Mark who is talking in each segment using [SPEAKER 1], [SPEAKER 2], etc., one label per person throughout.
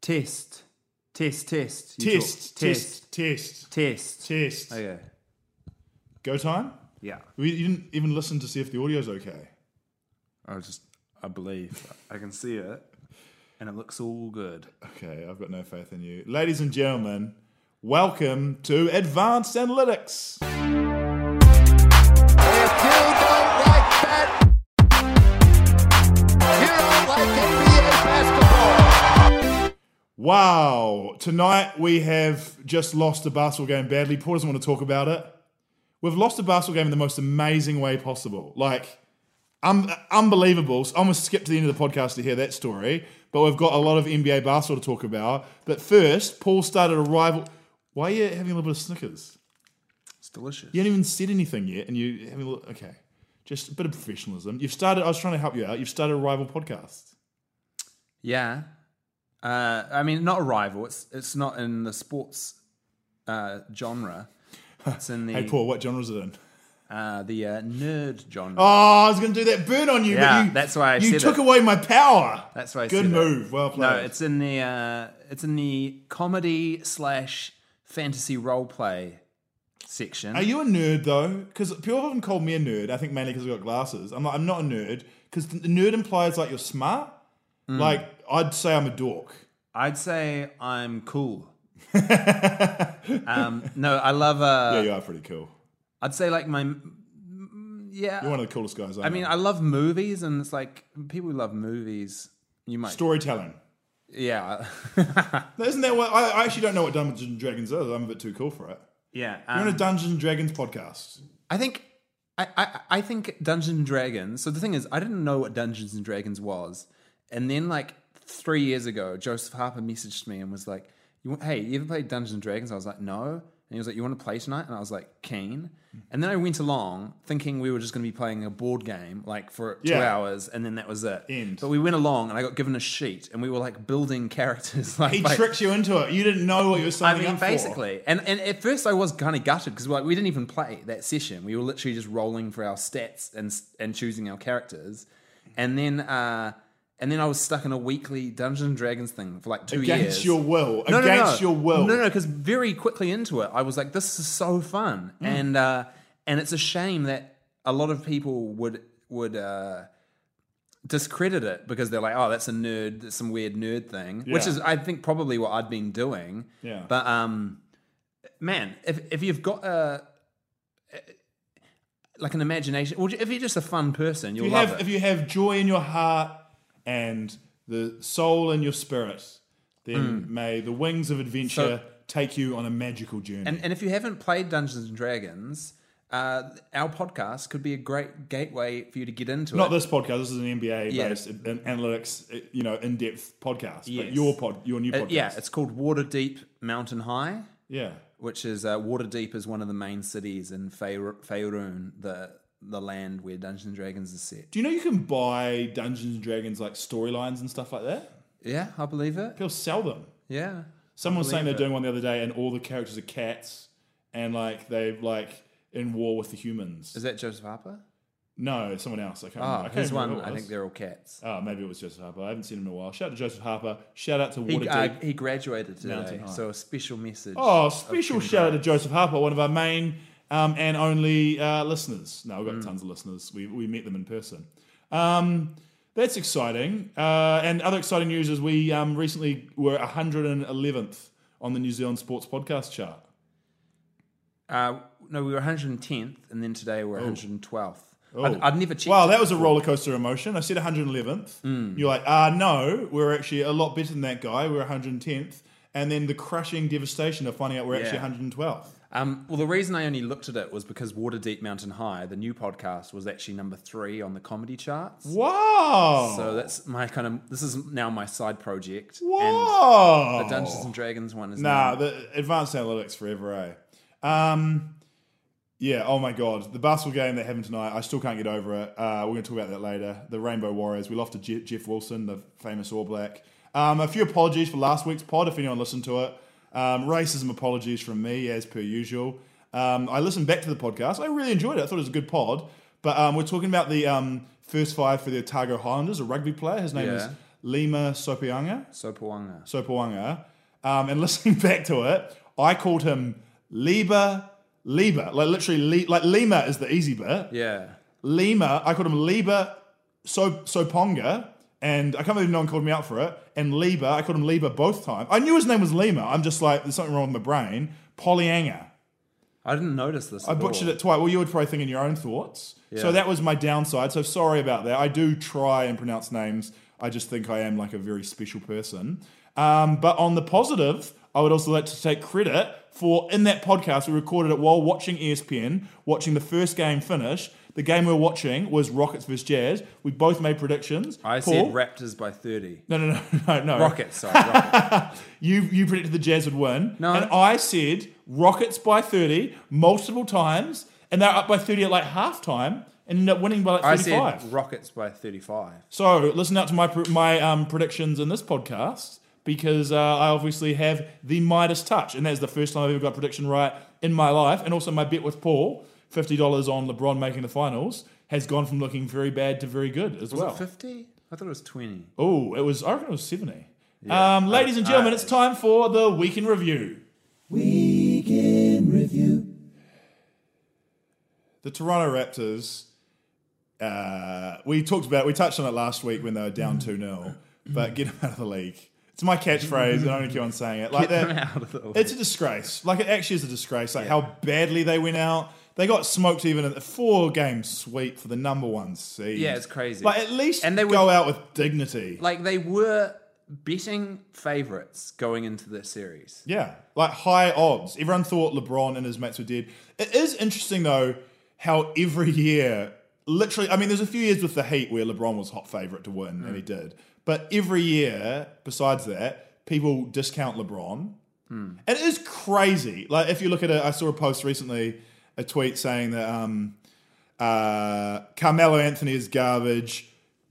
[SPEAKER 1] Test. Test, test. You
[SPEAKER 2] Test,
[SPEAKER 1] talk.
[SPEAKER 2] test, test,
[SPEAKER 1] Test.
[SPEAKER 2] test.
[SPEAKER 1] Okay.
[SPEAKER 2] Go time?
[SPEAKER 1] Yeah.
[SPEAKER 2] We you didn't even listen to see if the audio's okay.
[SPEAKER 1] I just, I believe. I can see it. And it looks all good.
[SPEAKER 2] Okay, I've got no faith in you. Ladies and gentlemen, welcome to Advanced Analytics.
[SPEAKER 3] If you don't like that, you don't like NBA basketball.
[SPEAKER 2] Wow. Tonight we have just lost a basketball game badly. Paul doesn't want to talk about it. We've lost a basketball game in the most amazing way possible. Like, um, unbelievable. So I'm going to skip to the end of the podcast to hear that story. But we've got a lot of NBA basketball to talk about. But first, Paul started a rival. Why are you having a little bit of Snickers?
[SPEAKER 1] It's delicious.
[SPEAKER 2] You haven't even said anything yet, and you having a little, okay. Just a bit of professionalism. You've started. I was trying to help you out. You've started a rival podcast.
[SPEAKER 1] Yeah. Uh, I mean, not a rival. It's it's not in the sports uh, genre. It's in the
[SPEAKER 2] Hey, Paul, what genre is it in?
[SPEAKER 1] uh, the uh, nerd genre.
[SPEAKER 2] Oh, I was going to do that burn on you,
[SPEAKER 1] Yeah,
[SPEAKER 2] but you,
[SPEAKER 1] that's why I
[SPEAKER 2] you
[SPEAKER 1] said
[SPEAKER 2] took
[SPEAKER 1] it.
[SPEAKER 2] away my power.
[SPEAKER 1] That's why. I
[SPEAKER 2] Good
[SPEAKER 1] said that.
[SPEAKER 2] move. Well played.
[SPEAKER 1] No, it's in the uh, it's in the comedy slash fantasy role play section.
[SPEAKER 2] Are you a nerd though? Because people often call me a nerd. I think mainly because I've got glasses. I'm like, I'm not a nerd because the nerd implies like you're smart.
[SPEAKER 1] Mm.
[SPEAKER 2] Like I'd say I'm a dork.
[SPEAKER 1] I'd say I'm cool. um, no, I love. Uh,
[SPEAKER 2] yeah, you are pretty cool.
[SPEAKER 1] I'd say like my yeah.
[SPEAKER 2] You're one of the coolest guys.
[SPEAKER 1] I mean, I love movies, and it's like people who love movies. You might
[SPEAKER 2] storytelling.
[SPEAKER 1] Yeah.
[SPEAKER 2] No, Isn't that what I, I actually don't know what Dungeons and Dragons is? I'm a bit too cool for it.
[SPEAKER 1] yeah.
[SPEAKER 2] You're on
[SPEAKER 1] Um,
[SPEAKER 2] a Dungeons and Dragons podcast.
[SPEAKER 1] I think I, I I think Dungeons and Dragons. So the thing is, I didn't know what Dungeons and Dragons was, and then like three years ago, Joseph Harper messaged me and was like, "You want- hey, you ever played Dungeons and Dragons?" I was like, "No," and he was like, "You want to play tonight?" And I was like, "Keen."
[SPEAKER 2] Mm-hmm.
[SPEAKER 1] And then I went along thinking we were just going to be playing a board game like for two
[SPEAKER 2] Yeah.
[SPEAKER 1] hours, and then that was it.
[SPEAKER 2] End.
[SPEAKER 1] But we went along, and I got given a sheet, and we were like building characters. Like
[SPEAKER 2] He
[SPEAKER 1] like-
[SPEAKER 2] tricked you into it. You didn't know what you were
[SPEAKER 1] I
[SPEAKER 2] signing
[SPEAKER 1] mean,
[SPEAKER 2] up for.
[SPEAKER 1] basically, and and at first I was kind of gutted because like we didn't even play that session. We were literally just rolling for our stats and s- and choosing our characters, and then uh, and then I was stuck in a weekly Dungeons and Dragons thing for like two years.
[SPEAKER 2] Against your will. Against your will.
[SPEAKER 1] No, no, because very quickly into it, I was like, this is so fun,
[SPEAKER 2] Mm.
[SPEAKER 1] and uh, and it's a shame that a lot of people would would. Uh, discredit it because they're like, oh, that's a nerd, that's some weird nerd thing, which
[SPEAKER 2] Yeah.
[SPEAKER 1] is, I think, probably what I'd been doing.
[SPEAKER 2] Yeah.
[SPEAKER 1] But um, man, if if you've got a like an imagination, or if you're just a fun person, you'll
[SPEAKER 2] If you
[SPEAKER 1] love
[SPEAKER 2] have
[SPEAKER 1] it.
[SPEAKER 2] if you have joy in your heart and the soul in your spirit, then
[SPEAKER 1] Mm.
[SPEAKER 2] may the wings of adventure take you on a magical journey.
[SPEAKER 1] and and if you haven't played Dungeons and Dragons. Uh, our podcast could be a great gateway for you to get into
[SPEAKER 2] not
[SPEAKER 1] it.
[SPEAKER 2] this podcast. This is an MBA
[SPEAKER 1] Yeah.
[SPEAKER 2] based an analytics, uh, you know, in depth podcast. But
[SPEAKER 1] Yes.
[SPEAKER 2] your pod, your new
[SPEAKER 1] Uh,
[SPEAKER 2] podcast.
[SPEAKER 1] yeah, it's called Water Deep Mountain High.
[SPEAKER 2] yeah.
[SPEAKER 1] which is uh, Waterdeep is one of the main cities in Faer- Faerun, the the land where Dungeons and Dragons is set.
[SPEAKER 2] Do you know you can buy Dungeons and Dragons like storylines and stuff like that?
[SPEAKER 1] Yeah, I believe it.
[SPEAKER 2] People sell them.
[SPEAKER 1] Yeah,
[SPEAKER 2] Someone was saying they're doing one the other day, and all the characters are cats, and like they've like in war with the humans.
[SPEAKER 1] is that Joseph Harper?
[SPEAKER 2] no, someone else. I can't. remember. Mm, I
[SPEAKER 1] Oh,
[SPEAKER 2] can't
[SPEAKER 1] his
[SPEAKER 2] remember
[SPEAKER 1] one.
[SPEAKER 2] who it
[SPEAKER 1] I
[SPEAKER 2] was.
[SPEAKER 1] think they're all cats.
[SPEAKER 2] Oh, maybe it was Joseph Harper. I haven't seen him in a while. Shout out to Joseph Harper. Shout out to
[SPEAKER 1] He,
[SPEAKER 2] Waterdeep.
[SPEAKER 1] uh, he graduated
[SPEAKER 2] Mountain
[SPEAKER 1] today,
[SPEAKER 2] High.
[SPEAKER 1] so a special message.
[SPEAKER 2] oh,
[SPEAKER 1] of
[SPEAKER 2] special
[SPEAKER 1] congrats.
[SPEAKER 2] shout out to Joseph Harper, one of our main um, and only uh, listeners. No, we've got tons of listeners. We, we met them in person. Um, that's exciting. Uh, and other exciting news is we um, recently were 111th on the New Zealand Sports Podcast chart.
[SPEAKER 1] Uh, no, we were 110th, and then today we're 112th.
[SPEAKER 2] Oh.
[SPEAKER 1] I'd, I'd never checked.
[SPEAKER 2] Wow, that was a roller coaster of emotion. I said 111th. You're like, ah, no, we're actually a lot better than that guy. We're 110th. And then the crushing devastation of finding out we're actually
[SPEAKER 1] Yeah.
[SPEAKER 2] 112th.
[SPEAKER 1] Um, well, the reason I only looked at it was because Waterdeep Mountain High, the new podcast, was actually number three on the comedy charts.
[SPEAKER 2] Wow.
[SPEAKER 1] So that's my kind of. This is now my side project.
[SPEAKER 2] Whoa.
[SPEAKER 1] And the Dungeons and Dragons one is
[SPEAKER 2] Nah,
[SPEAKER 1] now.
[SPEAKER 2] the advanced analytics forever, eh? Um, yeah. Oh my god, the basketball game that happened tonight. I still can't get over it. Uh, we're going to talk about that later. The Rainbow Warriors. We lost to Je- Jeff Wilson, the famous All Black. Um, a few apologies for last week's pod, if anyone listened to it. Um, racism apologies from me, as per usual. Um, I listened back to the podcast. I really enjoyed it. I thought it was a good pod. But um, we're talking about the um, first five for the Otago Highlanders, a rugby player. His name is
[SPEAKER 1] Yeah.
[SPEAKER 2] Lima Sopianga.
[SPEAKER 1] Sopawanga.
[SPEAKER 2] Sopawanga, um, and listening back to it, I called him Lieber Lieber, like literally, Li- like Lima is the easy bit.
[SPEAKER 1] Yeah.
[SPEAKER 2] Lima, I called him Lieber so Soponga, and I can't believe no one called me out for it. And Lieber, I called him Lieber both times. I knew his name was Lima. I'm just like, there's something wrong with my brain. Polyanga.
[SPEAKER 1] I didn't notice this.
[SPEAKER 2] I
[SPEAKER 1] at
[SPEAKER 2] butchered
[SPEAKER 1] all.
[SPEAKER 2] it twice. Well, you would probably think in your own thoughts. So that was my downside. So sorry about that. I do try and pronounce names. I just think I am like a very special person. Um, but on the positive, I would also like to take credit for in that podcast we recorded it while watching E ESPN, watching the first game finish. The game we were watching was Rockets versus Jazz. We both made predictions.
[SPEAKER 1] I
[SPEAKER 2] Paul-
[SPEAKER 1] said Raptors by 30.
[SPEAKER 2] No, no, no, no, no.
[SPEAKER 1] Rockets, sorry. Rockets.
[SPEAKER 2] You you predicted the Jazz would win.
[SPEAKER 1] No.
[SPEAKER 2] And I said Rockets by 30 multiple times, and they're up by 30 at like halftime and ended up winning by like
[SPEAKER 1] I
[SPEAKER 2] 35.
[SPEAKER 1] said Rockets by 35.
[SPEAKER 2] so listen out to my pr- my um, predictions in this podcast because uh, I obviously have the Midas touch, and that's the first time I've ever got a prediction right in my life. And also my bet with Paul, fifty dollars on LeBron making the finals, has gone from looking very bad to very good as
[SPEAKER 1] Was
[SPEAKER 2] well.
[SPEAKER 1] it 50? I thought it was 20.
[SPEAKER 2] Oh, it was. I reckon it was seventy. um, ladies and
[SPEAKER 1] I-
[SPEAKER 2] gentlemen, it's time for the week in review. Week in review. The Toronto Raptors. Uh, we talked about. We touched on it last week when they were down two 0 But get them out of the league. It's my catchphrase, and I only keep on saying it. Like
[SPEAKER 1] Get them
[SPEAKER 2] that.
[SPEAKER 1] out of the league.
[SPEAKER 2] It's a disgrace. Like it actually is a disgrace. Like how badly they went out. They got smoked even in a four game sweep for the number one seed.
[SPEAKER 1] Yeah, it's crazy.
[SPEAKER 2] Like at least
[SPEAKER 1] And they were-
[SPEAKER 2] go out with dignity.
[SPEAKER 1] Like, they were betting favorites going into this series.
[SPEAKER 2] Yeah, like high odds. Everyone thought LeBron and his mates were dead. It is interesting though how every year, literally, I mean, there's a few years with the Heat where LeBron was hot favorite to win, and he did. But every year, besides that, people discount LeBron. And it is crazy. Like if you look at it, I saw a post recently, a tweet saying that um, uh, Carmelo Anthony is garbage.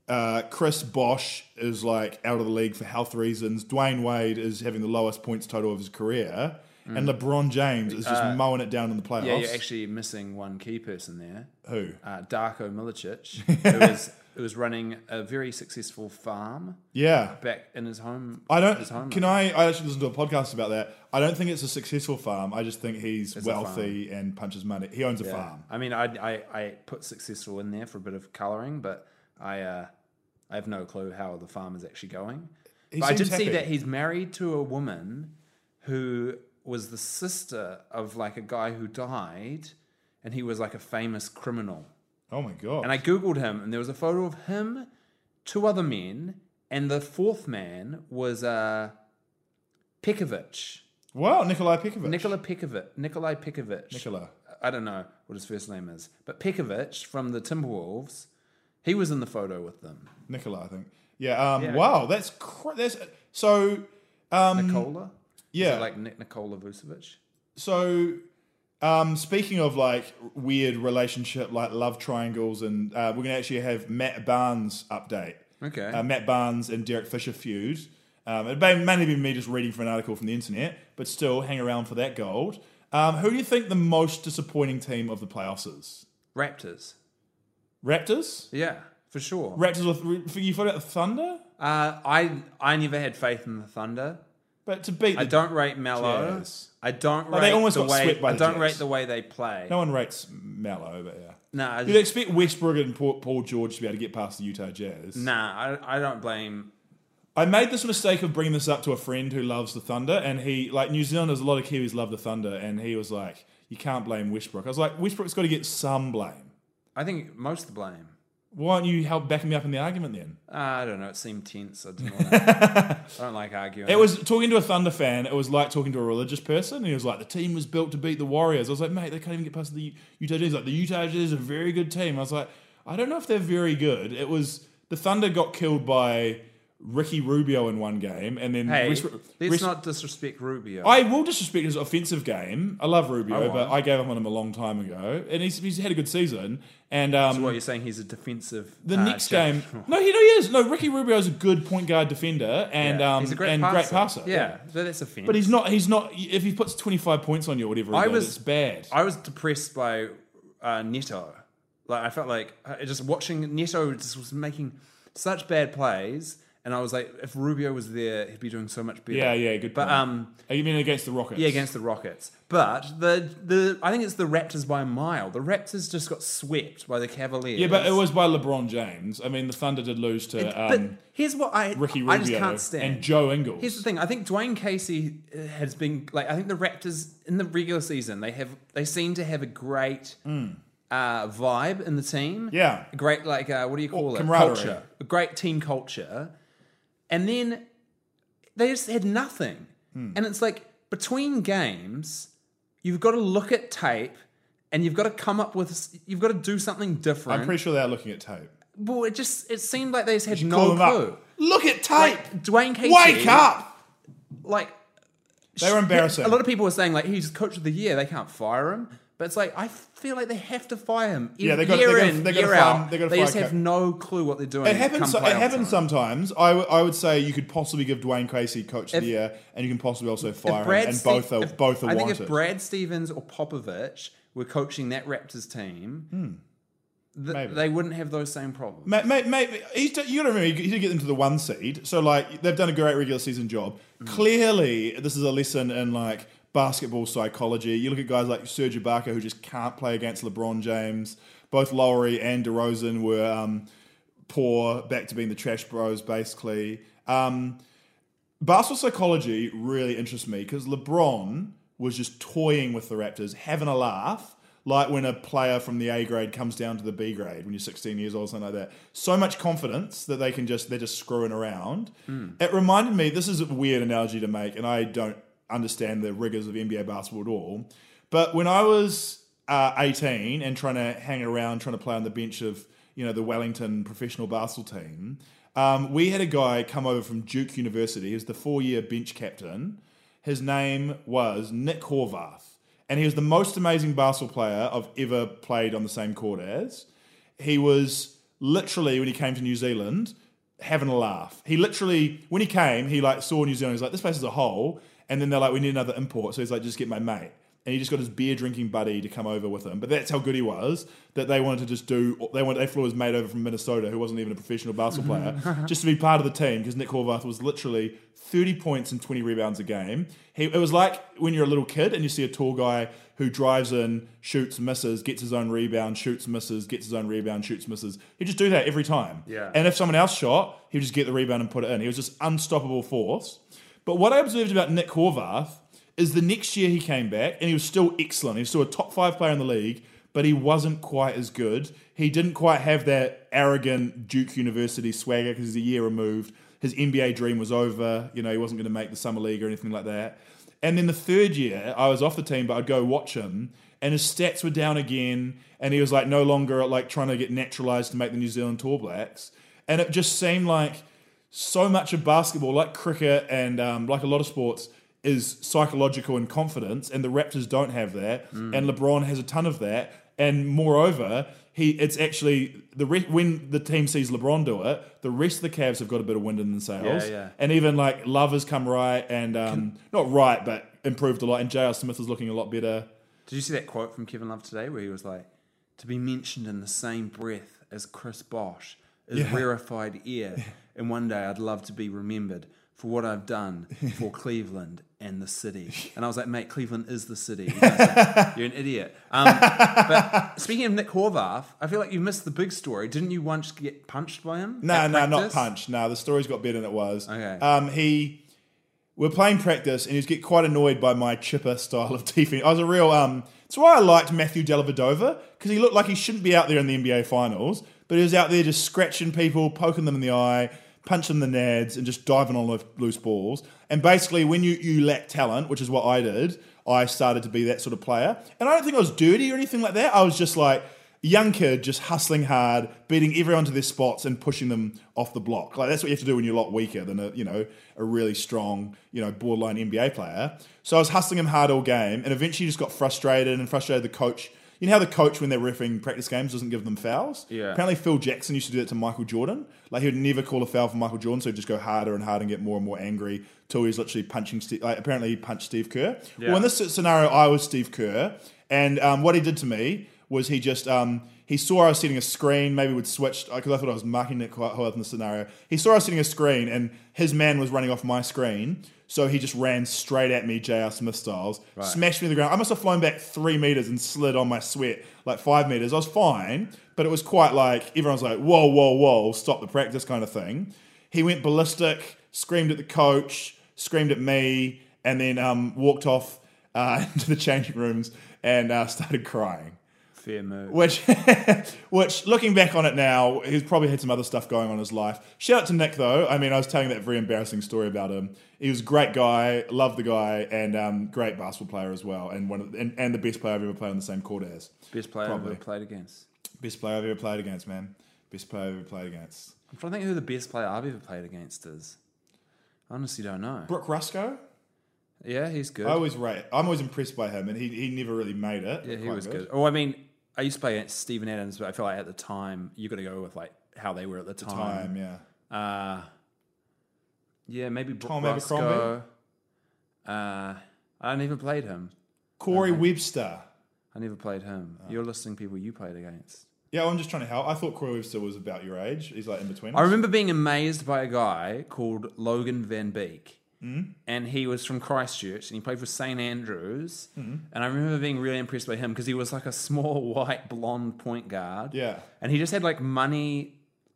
[SPEAKER 2] Uh, Chris Bosch is like out of the league for health reasons. Dwayne Wade is having the lowest points total of his career, and LeBron James is just mowing it down in the playoffs.
[SPEAKER 1] Mm. Uh, Yeah, you're actually missing one key person there.
[SPEAKER 2] Who?
[SPEAKER 1] Uh, Darko Milicic, who was, who was running a very successful farm
[SPEAKER 2] Yeah.
[SPEAKER 1] back in his home.
[SPEAKER 2] I
[SPEAKER 1] His
[SPEAKER 2] don't.
[SPEAKER 1] home
[SPEAKER 2] Can I? I actually listened to a podcast about that. I don't think it's a successful farm. I just think he's
[SPEAKER 1] a
[SPEAKER 2] wealthy and punches money. He owns a farm.
[SPEAKER 1] I mean, I, I I put successful in there for a bit of colouring, but I uh, I have no clue how the farm is actually going. But I
[SPEAKER 2] seems
[SPEAKER 1] did see
[SPEAKER 2] happy.
[SPEAKER 1] that he's married to a woman who was the sister of like a guy who died, and he was like a famous criminal.
[SPEAKER 2] Oh my god!
[SPEAKER 1] And I googled him, and there was a photo of him, two other men, and the fourth man was uh, Pekovic,
[SPEAKER 2] wow, Nikolai Pekovic.
[SPEAKER 1] Nikola Pekovic, Nikolai Pekovic.
[SPEAKER 2] Nikola.
[SPEAKER 1] I don't know what his first name is, but Pekovic from the Timberwolves, he was in the photo with them.
[SPEAKER 2] Nicola, I think. Yeah. Um, Wow, that's cr- that's so um,
[SPEAKER 1] Nicola? Is
[SPEAKER 2] yeah.
[SPEAKER 1] it like Nick Nicola Vucevic?
[SPEAKER 2] so. Um, speaking of like weird relationship, like love triangles, and uh, we're gonna actually have Matt Barnes update.
[SPEAKER 1] Okay.
[SPEAKER 2] Uh, Matt Barnes and Derek Fisher feud. Um, it may mainly been me just reading from an article from the internet, but still hang around for that gold. Um, who do you think the most disappointing team of the playoffs is?
[SPEAKER 1] Raptors.
[SPEAKER 2] Raptors.
[SPEAKER 1] Yeah, for sure.
[SPEAKER 2] Raptors with you thought about the Thunder,
[SPEAKER 1] Uh, I I never had faith in the Thunder.
[SPEAKER 2] but to beat the
[SPEAKER 1] I don't rate Mello.
[SPEAKER 2] Jazz.
[SPEAKER 1] I don't
[SPEAKER 2] Oh,
[SPEAKER 1] rate
[SPEAKER 2] they almost
[SPEAKER 1] the
[SPEAKER 2] got
[SPEAKER 1] way
[SPEAKER 2] swept by
[SPEAKER 1] I
[SPEAKER 2] the
[SPEAKER 1] don't
[SPEAKER 2] Jazz.
[SPEAKER 1] rate the way they play.
[SPEAKER 2] No one rates Mallow, but yeah.
[SPEAKER 1] Nah, I
[SPEAKER 2] You'd
[SPEAKER 1] just,
[SPEAKER 2] expect Westbrook and Paul, Paul George to be able to get past the Utah Jazz.
[SPEAKER 1] nah, I, I don't blame.
[SPEAKER 2] I made this mistake of bringing this up to a friend who loves the Thunder, and he, like, New Zealanders, a lot of Kiwis love the Thunder, and he was like, you can't blame Westbrook. I was like, Westbrook's got to get some blame.
[SPEAKER 1] I think most of the blame.
[SPEAKER 2] Why aren't you help backing me up in the argument then?
[SPEAKER 1] Ah, I don't know. It seemed tense. I, didn't want to, I don't like arguing.
[SPEAKER 2] It was talking to a Thunder fan. It was like talking to a religious person. He was like, "The team was built to beat the Warriors." I was like, "Mate, they can't even get past the Utah Jazz." He's Like the Utah Jazz are a very good team. I was like, "I don't know if they're very good." It was the Thunder got killed by Ricky Rubio in one game, and then
[SPEAKER 1] Hey,
[SPEAKER 2] Res-
[SPEAKER 1] let's
[SPEAKER 2] Res-
[SPEAKER 1] not disrespect Rubio.
[SPEAKER 2] I will disrespect his offensive game. I love Rubio,
[SPEAKER 1] I won't.
[SPEAKER 2] but I gave up on him a long time ago, and he's, he's had a good season. And
[SPEAKER 1] so
[SPEAKER 2] um,
[SPEAKER 1] what you're saying? He's a defensive.
[SPEAKER 2] the
[SPEAKER 1] uh,
[SPEAKER 2] next
[SPEAKER 1] judge.
[SPEAKER 2] game, no, he no, he is no. Ricky Rubio is a good point guard defender, and
[SPEAKER 1] Yeah.
[SPEAKER 2] um,
[SPEAKER 1] he's a great
[SPEAKER 2] and
[SPEAKER 1] passer.
[SPEAKER 2] great passer.
[SPEAKER 1] Yeah, so that's a thing.
[SPEAKER 2] But he's not. He's not. If he puts twenty five points on you or whatever,
[SPEAKER 1] I
[SPEAKER 2] I
[SPEAKER 1] was-
[SPEAKER 2] was it's bad.
[SPEAKER 1] I was depressed by uh, Neto. Like I felt like uh, just watching Neto just was making such bad plays, and I was like, if Rubio was there, he'd be doing so much better.
[SPEAKER 2] yeah, yeah, good.
[SPEAKER 1] But
[SPEAKER 2] point.
[SPEAKER 1] um,
[SPEAKER 2] Oh, you mean against the Rockets?
[SPEAKER 1] yeah, against the Rockets. But the the I think it's the Raptors by a mile. The Raptors just got swept by the Cavaliers.
[SPEAKER 2] yeah, but it was by LeBron James. I mean, the Thunder did lose to
[SPEAKER 1] But
[SPEAKER 2] um,
[SPEAKER 1] here's what I
[SPEAKER 2] Ricky
[SPEAKER 1] I
[SPEAKER 2] Rubio
[SPEAKER 1] just can't stand
[SPEAKER 2] and Joe Ingles.
[SPEAKER 1] Here's the thing. I think Dwayne Casey uh, has been like. I think the Raptors in the regular season they have they seem to have a great uh, vibe in the team.
[SPEAKER 2] Hmm. Yeah.
[SPEAKER 1] a great like uh, what do you call it?
[SPEAKER 2] camaraderie.
[SPEAKER 1] Culture, a great team culture, and then they just had nothing.
[SPEAKER 2] Hmm.
[SPEAKER 1] And it's like between games, you've got to look at tape. And you've got to come up with, you've got to do something different.
[SPEAKER 2] I'm pretty sure they are looking at tape.
[SPEAKER 1] well, it just, it seemed like they just had
[SPEAKER 2] Call
[SPEAKER 1] no
[SPEAKER 2] them up.
[SPEAKER 1] clue.
[SPEAKER 2] Look at tape.
[SPEAKER 1] Like, Dwayne Casey,
[SPEAKER 2] Wake up.
[SPEAKER 1] Like
[SPEAKER 2] They were embarrassing.
[SPEAKER 1] a lot of people were saying like he's coach of the year, they can't fire him. But it's like I feel like they have to fire him.
[SPEAKER 2] Yeah, they got-
[SPEAKER 1] year
[SPEAKER 2] they got-
[SPEAKER 1] in,
[SPEAKER 2] they got
[SPEAKER 1] year
[SPEAKER 2] to fire him.
[SPEAKER 1] out.
[SPEAKER 2] They
[SPEAKER 1] They,
[SPEAKER 2] got to
[SPEAKER 1] just
[SPEAKER 2] fire
[SPEAKER 1] have
[SPEAKER 2] Coach.
[SPEAKER 1] no clue what they're doing.
[SPEAKER 2] It happens.
[SPEAKER 1] come
[SPEAKER 2] So, it
[SPEAKER 1] playoff
[SPEAKER 2] happens
[SPEAKER 1] time.
[SPEAKER 2] sometimes. I, w- I would say you could possibly give Dwayne Casey coach of the year, and you can possibly also fire
[SPEAKER 1] If Brad
[SPEAKER 2] him, and
[SPEAKER 1] Ste-
[SPEAKER 2] both are
[SPEAKER 1] if-
[SPEAKER 2] both are
[SPEAKER 1] I
[SPEAKER 2] wanted.
[SPEAKER 1] think if Brad Stevens or Popovich were coaching that Raptors team, th-
[SPEAKER 2] Hmm. Maybe.
[SPEAKER 1] they wouldn't have those same problems.
[SPEAKER 2] Mate, mate, mate, he's, t- you got to remember, he did get them to the one seed. So, like, they've done a great regular season job. Clearly, this is a lesson in, like, basketball psychology. You look at guys like Serge Ibaka, who just can't play against LeBron James. Both Lowry and DeRozan were um, poor, back to being the trash bros, basically. Um, basketball psychology really interests me because LeBron was just toying with the Raptors, having a laugh, like when a player from the A grade comes down to the B grade when you're 16 years old, something like that. So much confidence that they can just they're just screwing around. It reminded me. This is a weird analogy to make, and I don't understand the rigors of NBA basketball at all. But when I was uh, 18 and trying to hang around, trying to play on the bench of you know the Wellington professional basketball team, um, we had a guy come over from Duke University. He was the four-year bench captain. His name was Nick Horvath, and he was the most amazing basketball player I've ever played on the same court as. He was literally when he came to New Zealand having a laugh. He literally when he came, he like saw New Zealand. He was like, "This place is a hole," and then they're like, "We need another import." So he's like, "Just get my mate." And he just got his beer drinking buddy to come over with him. But that's how good he was that they wanted to just do. They wanted they flew his mate over from Minnesota, who wasn't even a professional basketball player, just to be part of the team because Nick Horvath was literally thirty points and twenty rebounds a game. He, it was like when you're a little kid and you see a tall guy who drives in, shoots, misses, gets his own rebound, shoots, misses, gets his own rebound, shoots, misses. He'd just do that every time.
[SPEAKER 1] Yeah.
[SPEAKER 2] And if someone else shot, he'd just get the rebound and put it in. He was just unstoppable force. But what I observed about Nick Horvath is the next year he came back and he was still excellent. He was still a top five player in the league, but he wasn't quite as good. He didn't quite have that arrogant Duke University swagger because he's a year removed. His NBA dream was over. You know, he wasn't going to make the summer league or anything like that. And then the third year, I was off the team, but I'd go watch him, and his stats were down again, and he was like no longer like trying to get naturalized to make the New Zealand All Blacks, and it just seemed like so much of basketball, like cricket and um, like a lot of sports, is psychological and confidence, and the Raptors don't have that,
[SPEAKER 1] Mm.
[SPEAKER 2] and LeBron has a ton of that, and moreover, he it's actually the re- when the team sees LeBron do it, the rest of the Cavs have got a bit of wind in themselves,
[SPEAKER 1] Yeah, yeah.
[SPEAKER 2] and even like Love has come right, and um, not right, but improved a lot. And J.R. Smith is looking a lot better.
[SPEAKER 1] Did you see that quote from Kevin Love today where he was like, to be mentioned in the same breath as Chris Bosch is rarefied air, and one day I'd love to be remembered for what I've done for Cleveland and the city. And I was like, mate, Cleveland is the city. You guys are- You're an idiot. Um, but speaking of Nick Horvath, I feel like you missed the big story. Didn't you once get punched by him?
[SPEAKER 2] No,
[SPEAKER 1] at
[SPEAKER 2] no, not
[SPEAKER 1] practice?
[SPEAKER 2] punch. No, the story's got better than it was.
[SPEAKER 1] Okay.
[SPEAKER 2] Um, he, we're playing practice, and he was get quite annoyed by my chipper style of defense. I was a real. Um, that's why I liked Matthew Dellavedova because he looked like he shouldn't be out there in the NBA Finals. But he was out there just scratching people, poking them in the eye, punching the nads, and just diving on lo- loose balls. And basically, when you, you lack talent, which is what I did, I started to be that sort of player. And I don't think I was dirty or anything like that. I was just like a young kid, just hustling hard, beating everyone to their spots and pushing them off the block. Like that's what you have to do when you're a lot weaker than a you know a really strong you know borderline NBA player. So I was hustling him hard all game, and eventually just got frustrated and frustrated the coach. You know how the coach, when they're refing practice games, doesn't give them fouls?
[SPEAKER 1] Yeah.
[SPEAKER 2] Apparently, Phil Jackson used to do that to Michael Jordan. Like, he would never call a foul for Michael Jordan, so he'd just go harder and harder and get more and more angry till he was literally punching. Ste- like, apparently, he punched Steve Kerr. Well, in this scenario, I was Steve Kerr, and um, what he did to me was he just. Um, he saw I was setting a screen, maybe would switch, because I thought I was marking it quite hard in the scenario. He saw I was setting a screen, and his man was running off my screen, so he just ran straight at me, J.R. Smith styles, smashed me to the ground. I must have flown back three meters and slid on my sweat like five meters. I was fine, but it was quite like everyone was like, whoa, whoa, whoa, stop the practice kind of thing. He went ballistic, screamed at the coach, screamed at me, and then um, walked off uh, into the changing rooms and uh, started crying.
[SPEAKER 1] Fair move.
[SPEAKER 2] Which, which, looking back on it now, he's probably had some other stuff going on in his life. Shout out to Nick though. I mean, I was telling that very embarrassing story about him. He was a great guy, loved the guy, and um, great basketball player as well, and one of, and, and the best player I've ever played on the same court as.
[SPEAKER 1] Best player I've
[SPEAKER 2] Probably.
[SPEAKER 1] ever played against.
[SPEAKER 2] Best player I've ever played against, man. Best player I've ever played against.
[SPEAKER 1] I'm trying to think who the best player I've ever played against is. I honestly don't know.
[SPEAKER 2] Brooke Rusko.
[SPEAKER 1] Yeah, he's good.
[SPEAKER 2] I always rate. I'm always impressed by him, and he, he never really made it.
[SPEAKER 1] yeah, he
[SPEAKER 2] Quite
[SPEAKER 1] was good. Oh, I mean, I used to play against Stephen Adams, but I feel like at the time you got to go with like how they were at the time.
[SPEAKER 2] Time, yeah.
[SPEAKER 1] Uh, yeah, maybe Brooke
[SPEAKER 2] Tom
[SPEAKER 1] Roscoe.
[SPEAKER 2] Abercrombie?
[SPEAKER 1] Uh, I never played him.
[SPEAKER 2] Corey
[SPEAKER 1] Uh-huh.
[SPEAKER 2] Webster.
[SPEAKER 1] I never played him.
[SPEAKER 2] Oh.
[SPEAKER 1] You're listing people you played against.
[SPEAKER 2] Yeah, I'm just trying to help. I thought Corey Webster was about your age. He's like in between.
[SPEAKER 1] I
[SPEAKER 2] us.
[SPEAKER 1] remember being amazed by a guy called Logan Van Beek.
[SPEAKER 2] Hmm?
[SPEAKER 1] And he was from Christchurch and he played for St. Andrews.
[SPEAKER 2] Hmm.
[SPEAKER 1] And I remember being really impressed by him because he was like a small, white, blonde point guard.
[SPEAKER 2] Yeah.
[SPEAKER 1] And he just had like money,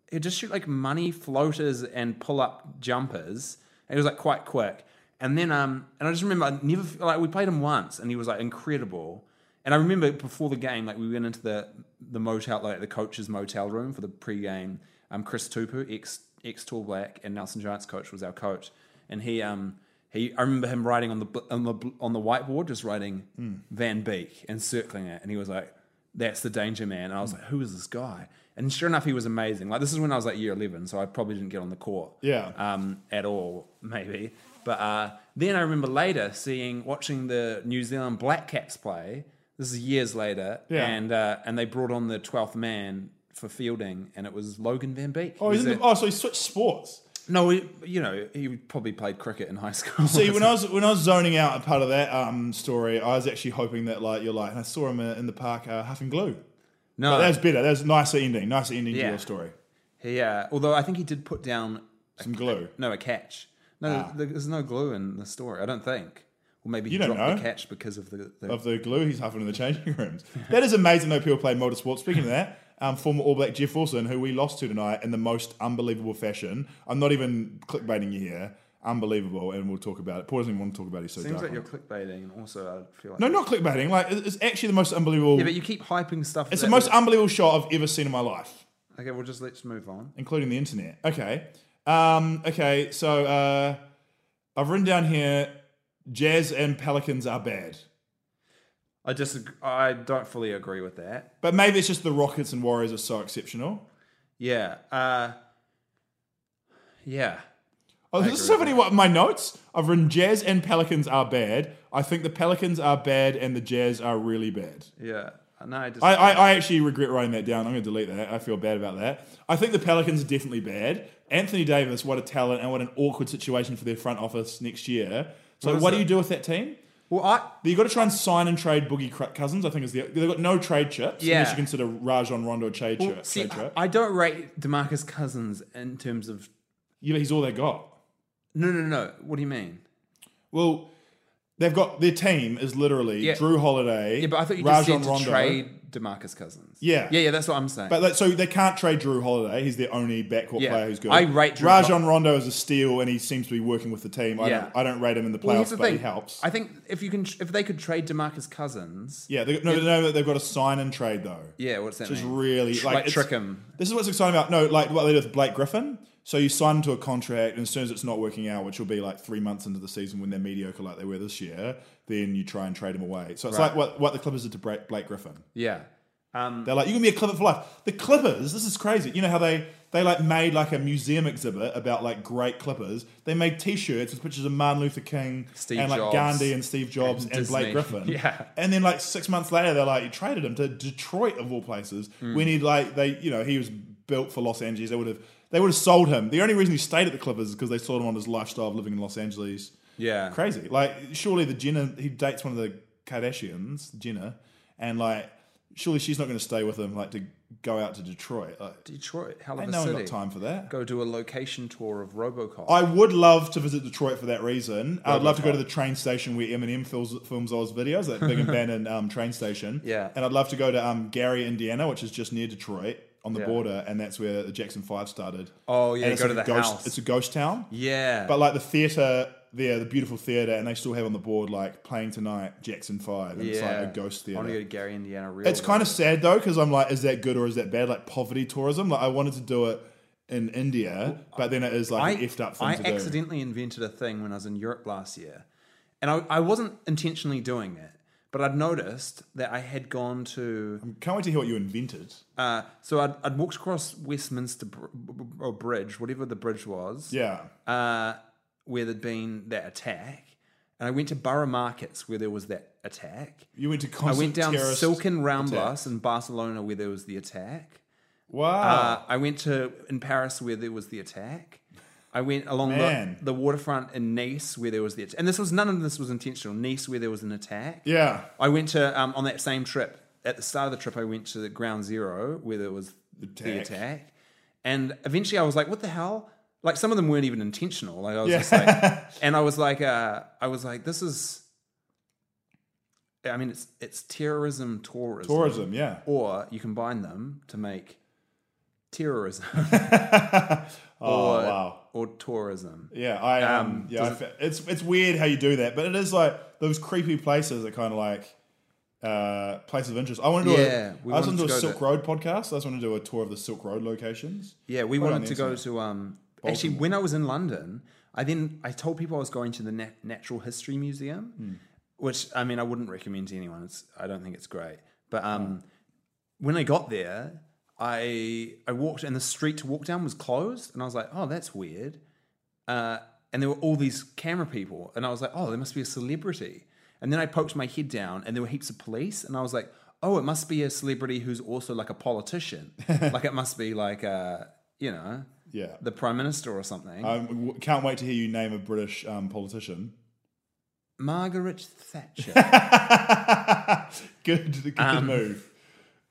[SPEAKER 1] he just shoot like money floaters and pull up jumpers. And he was like quite quick. And then, um, and I just remember I never, like, we played him once and he was like incredible. And I remember before the game, like, we went into the, the motel, like, the coach's motel room for the pre-game. Um, Chris Tupu, ex, ex Tall Black and Nelson Giants coach, was our coach. And he, um, he, I remember him writing on the, bl- on the, bl- on the whiteboard, just writing Van Beek and circling it. And he was like, that's the danger man. And I was like, who is this guy? And sure enough, he was amazing. Like this is when I was like year eleven, so I probably didn't get on the court,
[SPEAKER 2] Yeah.
[SPEAKER 1] um, at all, maybe. But uh, then I remember later seeing, watching the New Zealand Black Caps play. This is years later,
[SPEAKER 2] Yeah.
[SPEAKER 1] and uh, and they brought on the twelfth man for fielding, and it was Logan Van Beek.
[SPEAKER 2] Oh,
[SPEAKER 1] He's
[SPEAKER 2] he's in the,
[SPEAKER 1] a-
[SPEAKER 2] oh, so he switched sports.
[SPEAKER 1] no, he, you know he probably played cricket in high school.
[SPEAKER 2] See, when I was when I was zoning out a part of that um, story, I was actually hoping that like you're like, and I saw him uh, in the park uh, huffing glue.
[SPEAKER 1] no,
[SPEAKER 2] But that was better. That was a nicer ending. Nicer ending to
[SPEAKER 1] Oh. Yeah.
[SPEAKER 2] your story.
[SPEAKER 1] he, uh, although I think he did put down
[SPEAKER 2] Some glue.
[SPEAKER 1] No, a catch. No,
[SPEAKER 2] Ah.
[SPEAKER 1] there- there's no glue in the story. I don't think. Or maybe he
[SPEAKER 2] You don't
[SPEAKER 1] dropped the
[SPEAKER 2] know.
[SPEAKER 1] catch because of the. the
[SPEAKER 2] of the glue he's huffing in the changing rooms. That is amazing though people play motorsport. Speaking of that, um, former All Black Jeff Wilson, who we lost to tonight in the most unbelievable fashion. I'm not even clickbaiting you here. Unbelievable, and we'll talk about it. Paul doesn't even want to talk about it. He's so
[SPEAKER 1] seems
[SPEAKER 2] dark
[SPEAKER 1] like
[SPEAKER 2] on
[SPEAKER 1] you're
[SPEAKER 2] it.
[SPEAKER 1] clickbaiting, and also I feel like
[SPEAKER 2] No, not clickbaiting. Like it- it's actually the most unbelievable.
[SPEAKER 1] Yeah, but you keep hyping stuff.
[SPEAKER 2] it's
[SPEAKER 1] that-
[SPEAKER 2] the most um unbelievable shot I've ever seen in my life.
[SPEAKER 1] okay, well, just let's move on.
[SPEAKER 2] including the internet. Okay. Um, okay, so uh, I've written down here Jazz and Pelicans are bad.
[SPEAKER 1] I just I don't fully agree with that.
[SPEAKER 2] But maybe it's just the Rockets and Warriors are so exceptional.
[SPEAKER 1] Yeah. Uh, yeah.
[SPEAKER 2] Oh, this is so funny. What my notes? I've written Jazz and Pelicans are bad. I think the Pelicans are bad and the Jazz are really bad.
[SPEAKER 1] Yeah. No, I just
[SPEAKER 2] I, I, I actually regret writing that down. I'm going to delete that. I feel bad about that. I think the Pelicans are definitely bad. Anthony Davis, what a talent and what an awkward situation for their front office next year. So,
[SPEAKER 1] is
[SPEAKER 2] what, do
[SPEAKER 1] it?
[SPEAKER 2] you do with that team?
[SPEAKER 1] well, I
[SPEAKER 2] But you got to try and sign and trade Boogie Cr- Cousins. I think is the they've got no trade chips
[SPEAKER 1] Yeah.
[SPEAKER 2] unless you consider Rajon Rondo a trade
[SPEAKER 1] well,
[SPEAKER 2] chip.
[SPEAKER 1] see,
[SPEAKER 2] trade chip.
[SPEAKER 1] I don't rate Demarcus Cousins in terms of
[SPEAKER 2] yeah, but he's all they got.
[SPEAKER 1] no, no, no. What do you mean?
[SPEAKER 2] Well, they've got their team is literally
[SPEAKER 1] Yeah.
[SPEAKER 2] Drew Holiday.
[SPEAKER 1] Yeah, but I thought you
[SPEAKER 2] Rajon
[SPEAKER 1] just said to
[SPEAKER 2] Rondo.
[SPEAKER 1] trade Demarcus Cousins.
[SPEAKER 2] Yeah.
[SPEAKER 1] yeah, yeah. That's what I'm saying.
[SPEAKER 2] But like, so they can't trade Drew Holiday. He's their only backcourt
[SPEAKER 1] Yeah.
[SPEAKER 2] player who's good.
[SPEAKER 1] I rate Drew
[SPEAKER 2] Rajon Rondo as a steal, and he seems to be working with the team. I,
[SPEAKER 1] Yeah.
[SPEAKER 2] don't, I don't rate him in the playoffs,
[SPEAKER 1] Well, here's the
[SPEAKER 2] but he helps.
[SPEAKER 1] I think if you can, if they could trade Demarcus Cousins,
[SPEAKER 2] yeah, they, no, no, they've got a sign and trade though.
[SPEAKER 1] yeah, what's that?
[SPEAKER 2] Which is
[SPEAKER 1] mean?
[SPEAKER 2] really
[SPEAKER 1] Tr-
[SPEAKER 2] like,
[SPEAKER 1] like
[SPEAKER 2] it's-
[SPEAKER 1] trick him.
[SPEAKER 2] This is what's exciting about no, like what they did with Blake Griffin. So you sign him to a contract, and as soon as it's not working out, which will be like three months into the season when they're mediocre like they were this year, then you try and trade him away. So it's like what, what the Clippers did to Bra- Blake Griffin.
[SPEAKER 1] Yeah, Um,
[SPEAKER 2] They're like, you can be a Clipper for life. The Clippers, this is crazy. You know how they they like made like a museum exhibit about like great Clippers. They made T-shirts with pictures of Martin Luther King
[SPEAKER 1] Steve
[SPEAKER 2] and like
[SPEAKER 1] Jobs.
[SPEAKER 2] Gandhi and Steve Jobs and,
[SPEAKER 1] And Disney.
[SPEAKER 2] Blake Griffin.
[SPEAKER 1] Yeah.
[SPEAKER 2] And then like six months later, they're like, you traded him to Detroit of all places.
[SPEAKER 1] Hmm.
[SPEAKER 2] When he like they you know he was built for Los Angeles. They would have they would have sold him. The only reason he stayed at the Clippers is because they sold him on his lifestyle of living in Los Angeles
[SPEAKER 1] yeah.
[SPEAKER 2] crazy. Like, surely the Jenner, he dates one of the Kardashians, Jenner, and like, surely she's not going to stay with him, like, to go out to Detroit. Like,
[SPEAKER 1] Detroit, hell of
[SPEAKER 2] ain't
[SPEAKER 1] a
[SPEAKER 2] no one
[SPEAKER 1] city.
[SPEAKER 2] got time for that.
[SPEAKER 1] Go do a location tour of RoboCop.
[SPEAKER 2] I would love to visit Detroit for that reason. I'd love to go to the train station where Eminem fills, films all his videos, that big abandoned um, train station.
[SPEAKER 1] Yeah.
[SPEAKER 2] And I'd love to go to um, Gary, Indiana, which is just near Detroit on the
[SPEAKER 1] Yeah.
[SPEAKER 2] border, and that's where the Jackson 5 started.
[SPEAKER 1] Oh, yeah,
[SPEAKER 2] And
[SPEAKER 1] you
[SPEAKER 2] it's
[SPEAKER 1] go
[SPEAKER 2] like
[SPEAKER 1] to
[SPEAKER 2] a
[SPEAKER 1] the
[SPEAKER 2] ghost,
[SPEAKER 1] house.
[SPEAKER 2] It's a ghost town.
[SPEAKER 1] yeah,
[SPEAKER 2] But like the theatre there, the beautiful theatre, and they still have on the board like playing tonight Jackson Five, and it's like a ghost
[SPEAKER 1] I want to go
[SPEAKER 2] theatre.
[SPEAKER 1] to Gary, Indiana. Real
[SPEAKER 2] It's kind of
[SPEAKER 1] world.
[SPEAKER 2] sad though, because I'm like, is that good or is that bad? Like poverty tourism. Like I wanted to do it in India, but then it is like an effed up thing
[SPEAKER 1] I
[SPEAKER 2] to do.
[SPEAKER 1] accidentally invented a thing when I was in Europe last year, and I, I wasn't intentionally doing it, but I'd noticed that I had gone to.
[SPEAKER 2] Can't wait to hear what you invented.
[SPEAKER 1] Uh, so I'd, I'd walked across Westminster Br- or Bridge, whatever the bridge was,
[SPEAKER 2] Yeah,
[SPEAKER 1] uh, where there'd been that attack, and I went to Borough Markets where there was that attack.
[SPEAKER 2] you went to
[SPEAKER 1] I
[SPEAKER 2] constant
[SPEAKER 1] went down
[SPEAKER 2] terrorist
[SPEAKER 1] Silken
[SPEAKER 2] attacks.
[SPEAKER 1] Ramblas in Barcelona where there was the attack.
[SPEAKER 2] Wow.
[SPEAKER 1] Uh, I went to in Paris where there was the attack. I went along the,
[SPEAKER 2] Man.
[SPEAKER 1] the waterfront in Nice where there was the attack. And this was none of this was intentional. Nice where there was an attack.
[SPEAKER 2] yeah,
[SPEAKER 1] I went to um, on that same trip. At the start of the trip, I went to the Ground Zero where there was the
[SPEAKER 2] Attack.
[SPEAKER 1] attack. And eventually, I was like, "What the hell?" Like some of them weren't even intentional. Like I was
[SPEAKER 2] Yeah.
[SPEAKER 1] just like, and I was like, uh, I was like, this is. I mean, it's it's terrorism, tourism,
[SPEAKER 2] tourism. Yeah.
[SPEAKER 1] or you combine them to make terrorism
[SPEAKER 2] oh
[SPEAKER 1] or,
[SPEAKER 2] wow.
[SPEAKER 1] or tourism.
[SPEAKER 2] Yeah, I um, yeah, I fe- it's it's weird how you do that, but it is like those creepy places that kind of like uh places of interest. I want to do
[SPEAKER 1] Yeah,
[SPEAKER 2] a,
[SPEAKER 1] we
[SPEAKER 2] I
[SPEAKER 1] wanted
[SPEAKER 2] just
[SPEAKER 1] to
[SPEAKER 2] want to do a
[SPEAKER 1] go
[SPEAKER 2] Silk
[SPEAKER 1] there.
[SPEAKER 2] Road podcast. I just want to do a tour of the Silk Road locations.
[SPEAKER 1] Yeah, we
[SPEAKER 2] Quite on
[SPEAKER 1] wanted to
[SPEAKER 2] the
[SPEAKER 1] go
[SPEAKER 2] internet.
[SPEAKER 1] to um actually when I was in London, I then I told people I was going to the Nat- Natural History Museum,
[SPEAKER 2] Hmm.
[SPEAKER 1] which I mean I wouldn't recommend to anyone. It's I don't think it's great. But um when I got there, I I walked and the street to walk down was closed and I was like, "Oh, that's weird." Uh and there were all these camera people and I was like, "Oh, there must be a celebrity." And then I poked my head down and there were heaps of police and I was like, "Oh, it must be a celebrity who's also like a politician." like it must be like uh you know,
[SPEAKER 2] Yeah,
[SPEAKER 1] the prime minister or something.
[SPEAKER 2] I w- can't wait to hear you name a British um, politician.
[SPEAKER 1] Margaret Thatcher,
[SPEAKER 2] good, good
[SPEAKER 1] Um,
[SPEAKER 2] move.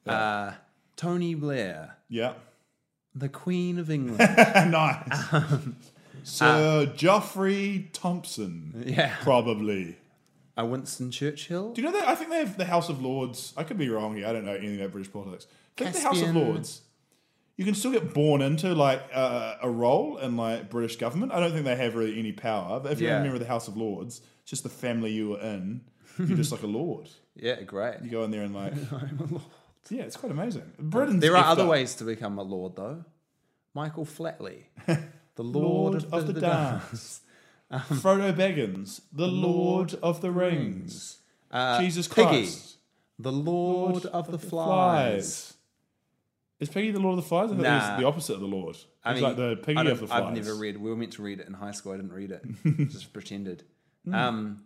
[SPEAKER 1] uh, Tony Blair,
[SPEAKER 2] Yeah,
[SPEAKER 1] the Queen of England.
[SPEAKER 2] nice.
[SPEAKER 1] um,
[SPEAKER 2] Sir Geoffrey Thompson,
[SPEAKER 1] yeah,
[SPEAKER 2] probably.
[SPEAKER 1] uh, Winston Churchill.
[SPEAKER 2] Do you know that? I think they have the House of Lords. I could be wrong here. I don't know anything about British politics. I think the House of
[SPEAKER 1] Caspian.
[SPEAKER 2] Lords. You can still get born into like uh, a role in like British government. I don't think they have really any power. But if you
[SPEAKER 1] Yeah.
[SPEAKER 2] remember the House of Lords, it's just the family you were in. You're just like a lord.
[SPEAKER 1] yeah, great.
[SPEAKER 2] You go in there and like, yeah, it's quite amazing. Britain's
[SPEAKER 1] there are
[SPEAKER 2] effed
[SPEAKER 1] other
[SPEAKER 2] up.
[SPEAKER 1] ways to become a lord, though. Michael Flatley, the Lord,
[SPEAKER 2] Lord of the Dance, Frodo Baggins, the Lord of the Rings, Jesus Christ.
[SPEAKER 1] Uh, Piggy, the Lord, of, the, Flies.
[SPEAKER 2] Is Piggy the Lord of the Flies? I thought
[SPEAKER 1] Nah.
[SPEAKER 2] he was the opposite of the Lord. He's
[SPEAKER 1] I mean,
[SPEAKER 2] like the
[SPEAKER 1] I
[SPEAKER 2] Piggy
[SPEAKER 1] don't-
[SPEAKER 2] of the Flies.
[SPEAKER 1] I've never read. We were meant to read it in high school. I didn't read it. Just pretended.
[SPEAKER 2] Hmm.
[SPEAKER 1] Um,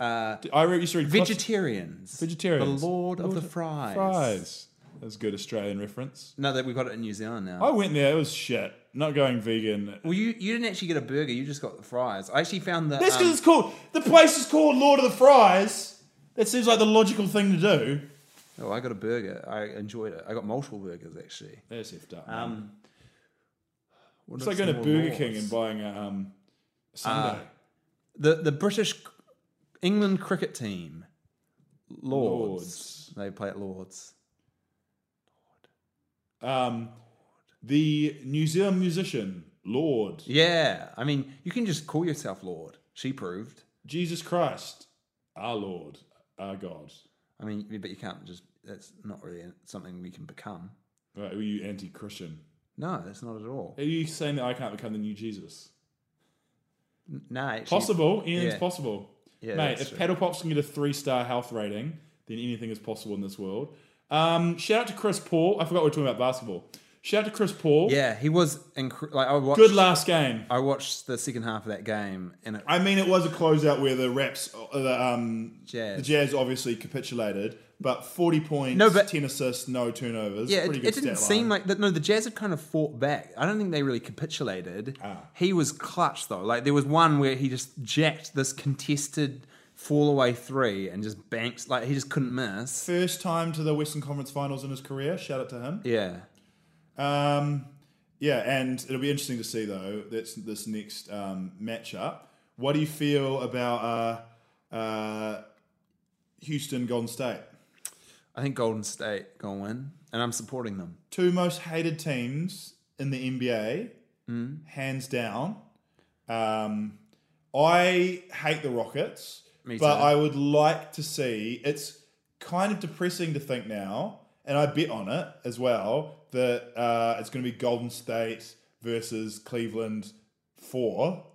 [SPEAKER 1] uh,
[SPEAKER 2] I re- used to read Cliff-
[SPEAKER 1] vegetarians.
[SPEAKER 2] Vegetarians.
[SPEAKER 1] The Lord, of
[SPEAKER 2] Lord
[SPEAKER 1] the Fries.
[SPEAKER 2] Fries. That's a good Australian reference.
[SPEAKER 1] No, that we've got it in New Zealand now.
[SPEAKER 2] I went there. It was shit. Not going vegan.
[SPEAKER 1] Well, you you didn't actually get a burger. You just got the fries. I actually found that.
[SPEAKER 2] That's
[SPEAKER 1] um,
[SPEAKER 2] because it's called the place is called Lord of the Fries. That seems like the logical thing to do.
[SPEAKER 1] oh, I got a burger. I enjoyed it. I got multiple burgers actually.
[SPEAKER 2] That's effed up. man.
[SPEAKER 1] Um, what
[SPEAKER 2] it's
[SPEAKER 1] are
[SPEAKER 2] like going to
[SPEAKER 1] some
[SPEAKER 2] Burger
[SPEAKER 1] awards?
[SPEAKER 2] King and buying a um,
[SPEAKER 1] Uh,
[SPEAKER 2] Sunday.
[SPEAKER 1] the the British England cricket team, Lords. They play at Lords.
[SPEAKER 2] Um, the New Zealand musician, Lord
[SPEAKER 1] Yeah, I mean, you can just call yourself Lord. She proved.
[SPEAKER 2] Jesus Christ, our Lord, our God.
[SPEAKER 1] I mean, but you can't just. That's not really something we can become.
[SPEAKER 2] Right, are you anti Christian?
[SPEAKER 1] No, that's not at all.
[SPEAKER 2] Are you saying that I can't become the new Jesus?
[SPEAKER 1] N- Nah, actually,
[SPEAKER 2] Possible. Anything's
[SPEAKER 1] yeah.
[SPEAKER 2] possible.
[SPEAKER 1] Yeah,
[SPEAKER 2] Mate,
[SPEAKER 1] that's
[SPEAKER 2] if
[SPEAKER 1] true.
[SPEAKER 2] Paddle Pops can get a three star health rating, then anything is possible in this world. Um, shout out to Chris Paul. I forgot we were talking about basketball. Shout out to Chris Paul.
[SPEAKER 1] Yeah, he was incre- like I watched.
[SPEAKER 2] Good last game.
[SPEAKER 1] I watched the second half of that game, and it,
[SPEAKER 2] I mean, it was a closeout where the Raps, uh, the, um,
[SPEAKER 1] Jazz.
[SPEAKER 2] the Jazz obviously capitulated, but 40 points,
[SPEAKER 1] No, but-
[SPEAKER 2] 10 assists, no turnovers.
[SPEAKER 1] yeah,
[SPEAKER 2] Pretty
[SPEAKER 1] it,
[SPEAKER 2] good
[SPEAKER 1] it didn't
[SPEAKER 2] stat
[SPEAKER 1] seem
[SPEAKER 2] line.
[SPEAKER 1] like that. No, the Jazz had kind of fought back. I don't think they really capitulated.
[SPEAKER 2] Ah.
[SPEAKER 1] He was clutch though. Like there was one where he just jacked this contested fall away three and just banks. Like he just couldn't miss.
[SPEAKER 2] First time to the Western Conference Finals in his career. Shout out to him.
[SPEAKER 1] Yeah,
[SPEAKER 2] Um, yeah, and it'll be interesting to see though. That's this next um, matchup. What do you feel about uh, uh, Houston Golden State?
[SPEAKER 1] I think Golden State gonna win, and I'm supporting them.
[SPEAKER 2] Two most hated teams in the NBA,
[SPEAKER 1] Mm.
[SPEAKER 2] hands down. Um, I hate the Rockets,
[SPEAKER 1] Me
[SPEAKER 2] but
[SPEAKER 1] too.
[SPEAKER 2] I would like to see. It's kind of depressing to think now, and I bet on it as well that uh, it's going to be Golden State versus Cleveland four,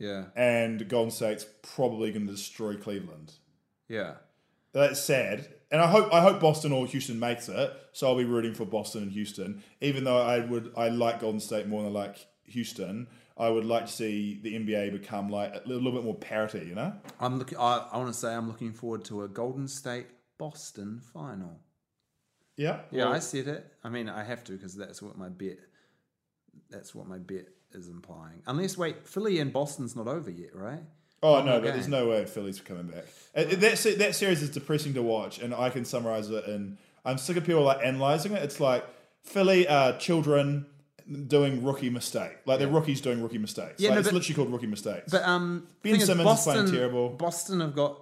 [SPEAKER 1] Yeah,
[SPEAKER 2] and Golden State's probably going to destroy Cleveland.
[SPEAKER 1] yeah.
[SPEAKER 2] That's sad. And I hope I hope Boston or Houston makes it. So I'll be rooting for Boston and Houston. Even though I would I like Golden State more than I like Houston, I would like to see the NBA become like a little bit more parity, you know?
[SPEAKER 1] I'm looking. I, I want to say I'm looking forward to a Golden State Boston final.
[SPEAKER 2] Yeah.
[SPEAKER 1] Yeah,
[SPEAKER 2] Well,
[SPEAKER 1] I said it. I mean, I have to because that's what my bet. That's what my bet is implying. Unless, wait, Philly and Boston's not over yet, right?
[SPEAKER 2] oh no, but
[SPEAKER 1] okay.
[SPEAKER 2] there's no way Phillies are coming back. Uh, That se- that series is depressing to watch, and I can summarize it. And I'm sick of people like analyzing it. It's like Philly are children doing rookie mistake. Like they're rookies doing rookie mistakes.
[SPEAKER 1] Yeah,
[SPEAKER 2] like,
[SPEAKER 1] no,
[SPEAKER 2] it's
[SPEAKER 1] but-
[SPEAKER 2] literally called rookie mistakes.
[SPEAKER 1] But um,
[SPEAKER 2] Ben
[SPEAKER 1] thing is,
[SPEAKER 2] Simmons is playing
[SPEAKER 1] Boston,
[SPEAKER 2] terrible.
[SPEAKER 1] Boston have got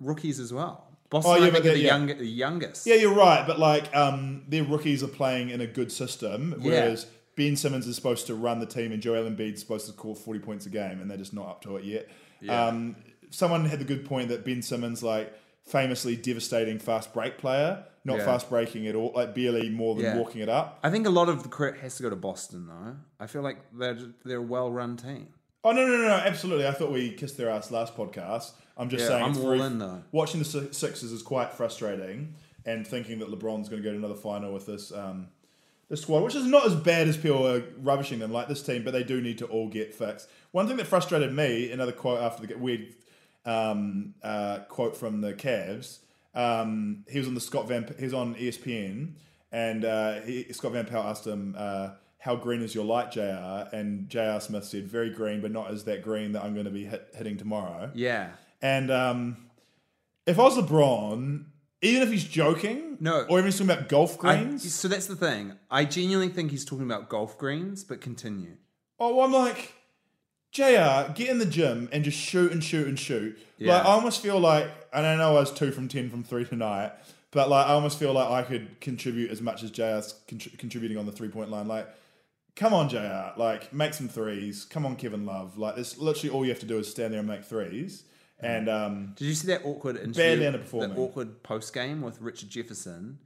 [SPEAKER 1] rookies as well. Boston,
[SPEAKER 2] Oh, yeah,
[SPEAKER 1] I
[SPEAKER 2] but
[SPEAKER 1] think, are the
[SPEAKER 2] they're- yeah.
[SPEAKER 1] young, the youngest.
[SPEAKER 2] Yeah, you're right, but like um, their rookies are playing in a good system, whereas Ben Simmons is supposed to run the team and Joel Embiid's supposed to score 40 points a game, and they're just not up to it yet. Um, someone had the good point that Ben Simmons, like famously devastating fast break player, not
[SPEAKER 1] Yeah.
[SPEAKER 2] fast breaking at all, like barely more than
[SPEAKER 1] Yeah.
[SPEAKER 2] walking it up.
[SPEAKER 1] I think a lot of the credit has to go to Boston, though. I feel like they're they're a well-run team.
[SPEAKER 2] Oh no, no, no, no! Absolutely, I thought we kissed their ass last podcast. I'm just
[SPEAKER 1] Yeah,
[SPEAKER 2] saying,
[SPEAKER 1] I'm
[SPEAKER 2] it's
[SPEAKER 1] all
[SPEAKER 2] very,
[SPEAKER 1] in, though.
[SPEAKER 2] Watching the Si- Sixers is quite frustrating, and thinking that LeBron's going to go to another final with this um, this squad, which is not as bad as people are rubbishing them like this team, but they do need to all get fixed. One thing that frustrated me, another quote after the weird um, uh, quote from the Cavs. Um, he was on the Scott Van, he was on E ESPN, and uh, he, Scott Van Pelt asked him, uh, "How green is your light, Jr.?" And Jr. Smith said, "Very green, but not as that green that I'm going to be hit, hitting tomorrow."
[SPEAKER 1] Yeah.
[SPEAKER 2] And um, if I was LeBron, even if he's joking,
[SPEAKER 1] No.
[SPEAKER 2] or even he's talking about golf
[SPEAKER 1] I-
[SPEAKER 2] greens,
[SPEAKER 1] so that's the thing. I genuinely think he's talking about golf greens, but continue.
[SPEAKER 2] Oh, I'm like, JR, get in the gym and just shoot and shoot and shoot. Like,
[SPEAKER 1] Yeah.
[SPEAKER 2] I almost feel like, and I know I was two from 10 from three tonight, but like, I almost feel like I could contribute as much as JR's contri- contributing on the three point line. Like, come on, JR, like, make some threes. Come on, Kevin Love. Like, that's literally all you have to do is stand there and make threes. And, um,
[SPEAKER 1] Did you see that awkward
[SPEAKER 2] Barely
[SPEAKER 1] interview?
[SPEAKER 2] underperforming.
[SPEAKER 1] That awkward post game with Richard Jefferson,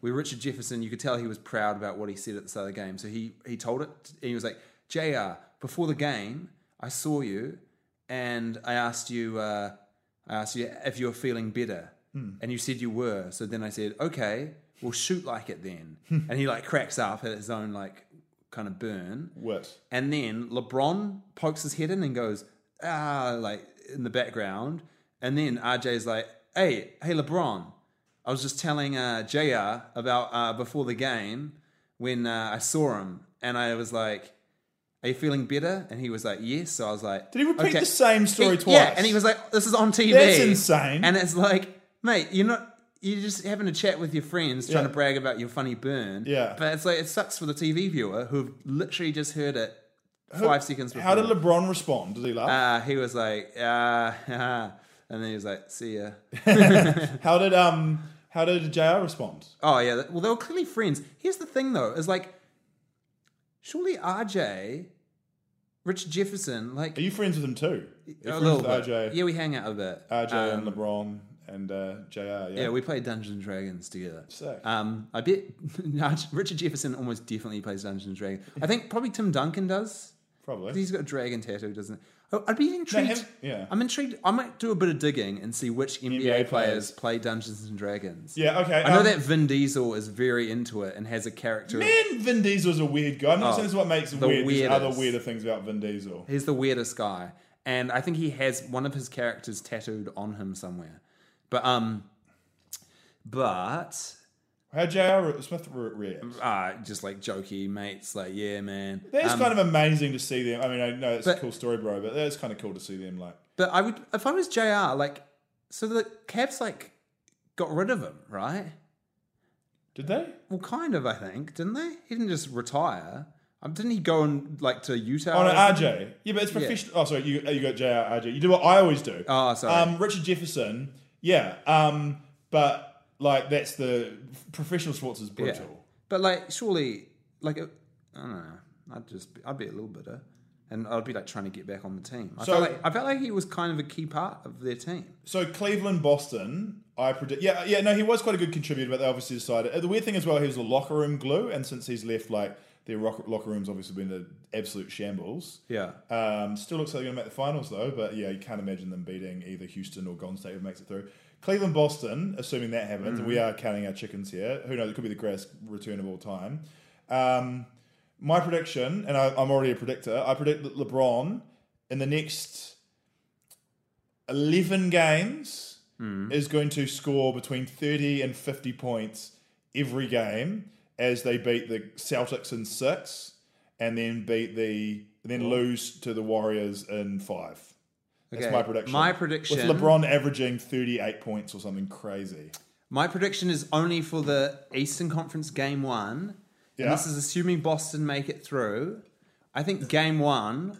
[SPEAKER 1] where Richard Jefferson, you could tell he was proud about what he said at the start of the game. So he he told it, and he was like, "Jr. Before the game, I saw you, and I asked you, uh, I asked you if you were feeling better, and you said you were. So then I said, okay, we'll shoot like it then. and he like cracks up at his own like kind of burn.
[SPEAKER 2] what?
[SPEAKER 1] And then LeBron pokes his head in and goes, ah, like in the background. And then RJ's like, hey, hey, LeBron, I was just telling uh, JR about uh, before the game when uh, I saw him. And I was like, are you feeling better? And he was like, yes. So I was like,
[SPEAKER 2] Did he repeat
[SPEAKER 1] "Okay."
[SPEAKER 2] the same story
[SPEAKER 1] He-
[SPEAKER 2] twice?
[SPEAKER 1] Yeah. And he was like, this is on TV.
[SPEAKER 2] That's insane.
[SPEAKER 1] And it's like, mate, you're not. You're just having a chat with your friends, trying
[SPEAKER 2] Yeah.
[SPEAKER 1] to brag about your funny burn.
[SPEAKER 2] Yeah.
[SPEAKER 1] but it's like it sucks for the TV viewer who've literally just heard it five seconds before.
[SPEAKER 2] How did LeBron respond? Did he laugh?
[SPEAKER 1] Uh, he was like, uh, and then he was like, "See ya."
[SPEAKER 2] How did um How did JR respond?
[SPEAKER 1] Oh yeah. that- Well, they were clearly friends. Here's the thing though: is like, surely RJ, Richard Jefferson, like
[SPEAKER 2] Are you friends with him too? You're
[SPEAKER 1] a
[SPEAKER 2] friends
[SPEAKER 1] little bit.
[SPEAKER 2] with RJ,
[SPEAKER 1] Yeah, we hang out a bit.
[SPEAKER 2] RJ
[SPEAKER 1] Um,
[SPEAKER 2] and LeBron and uh, JR. Yeah.
[SPEAKER 1] yeah, we play Dungeons and Dragons together.
[SPEAKER 2] Sick.
[SPEAKER 1] Um, I bet Richard Jefferson almost definitely plays Dungeons and Dragons. I think probably Tim Duncan does.
[SPEAKER 2] probably.
[SPEAKER 1] He's got a dragon tattoo, doesn't he? Oh, I'd be intrigued.
[SPEAKER 2] him- yeah.
[SPEAKER 1] I'm intrigued. I might do a bit of digging and see which NBA,
[SPEAKER 2] NBA
[SPEAKER 1] players,
[SPEAKER 2] players.
[SPEAKER 1] play Dungeons and Dragons.
[SPEAKER 2] yeah. Okay.
[SPEAKER 1] I know
[SPEAKER 2] um,
[SPEAKER 1] that Vin Diesel is very into it and has a character.
[SPEAKER 2] Man, Vin Diesel's a weird guy. I'm not saying this is what makes him
[SPEAKER 1] Oh, the
[SPEAKER 2] weird. There's other
[SPEAKER 1] weirdest.
[SPEAKER 2] weirder things about Vin Diesel.
[SPEAKER 1] He's the weirdest guy, and I think he has one of his characters tattooed on him somewhere. But um, but
[SPEAKER 2] How J.R. Smith re- react?
[SPEAKER 1] uh, just like jokey mates, like yeah, man.
[SPEAKER 2] That's
[SPEAKER 1] Um,
[SPEAKER 2] kind of amazing to see them. I mean, I know it's a
[SPEAKER 1] but-
[SPEAKER 2] cool story, bro, but that's kind of cool to see them like.
[SPEAKER 1] But I would if I was Jr. Like, so the Cavs like got rid of him, right?
[SPEAKER 2] Did they?
[SPEAKER 1] Well, kind of, I think, didn't they? He didn't just retire. Um, didn't he go and like to Utah?
[SPEAKER 2] Oh,
[SPEAKER 1] or
[SPEAKER 2] no,
[SPEAKER 1] something?
[SPEAKER 2] RJ. Yeah, but it's professional. Oh, sorry, you, you got JR, RJ. You do what I always do.
[SPEAKER 1] Oh, sorry.
[SPEAKER 2] Um, Richard Jefferson, yeah. Um, but, like, that's the professional sports is
[SPEAKER 1] Yeah.
[SPEAKER 2] brutal.
[SPEAKER 1] But like, surely, like, I don't know. I'd just, be, I'd be a little bitter, and I'd be like trying to get back on the team. I
[SPEAKER 2] So-
[SPEAKER 1] felt like I felt like he was kind of a key part of their team.
[SPEAKER 2] So Cleveland, Boston, I predict. Yeah, yeah. No, he was quite a good contributor, but they obviously decided. uh, The weird thing as well, he was a locker room glue, and since he's left, like their rock, locker room's obviously been an absolute shambles.
[SPEAKER 1] Yeah.
[SPEAKER 2] Um, still looks like they're going to make the finals though, but yeah, you can't imagine them beating either Houston or Golden State who makes it through. Cleveland, Boston, assuming that happens, and we are counting our chickens here. Who knows? It could be the greatest return of all time. Um, my prediction, and I, I'm already a predictor. I predict that LeBron in the next eleven games is going to score between thirty and fifty points every game as they beat the Celtics in six, and then beat the then lose to the Warriors in five. That's
[SPEAKER 1] Okay,
[SPEAKER 2] my prediction.
[SPEAKER 1] my prediction-
[SPEAKER 2] with LeBron averaging thirty-eight points or something crazy.
[SPEAKER 1] My prediction is only for the Eastern Conference Game One,
[SPEAKER 2] Yeah.
[SPEAKER 1] and this is assuming Boston make it through. I think Game One,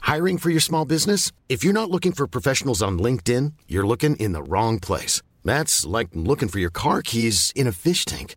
[SPEAKER 4] Hiring for your small business? If you're not looking for professionals on LinkedIn, you're looking in the wrong place. That's like looking for your car keys in a fish tank.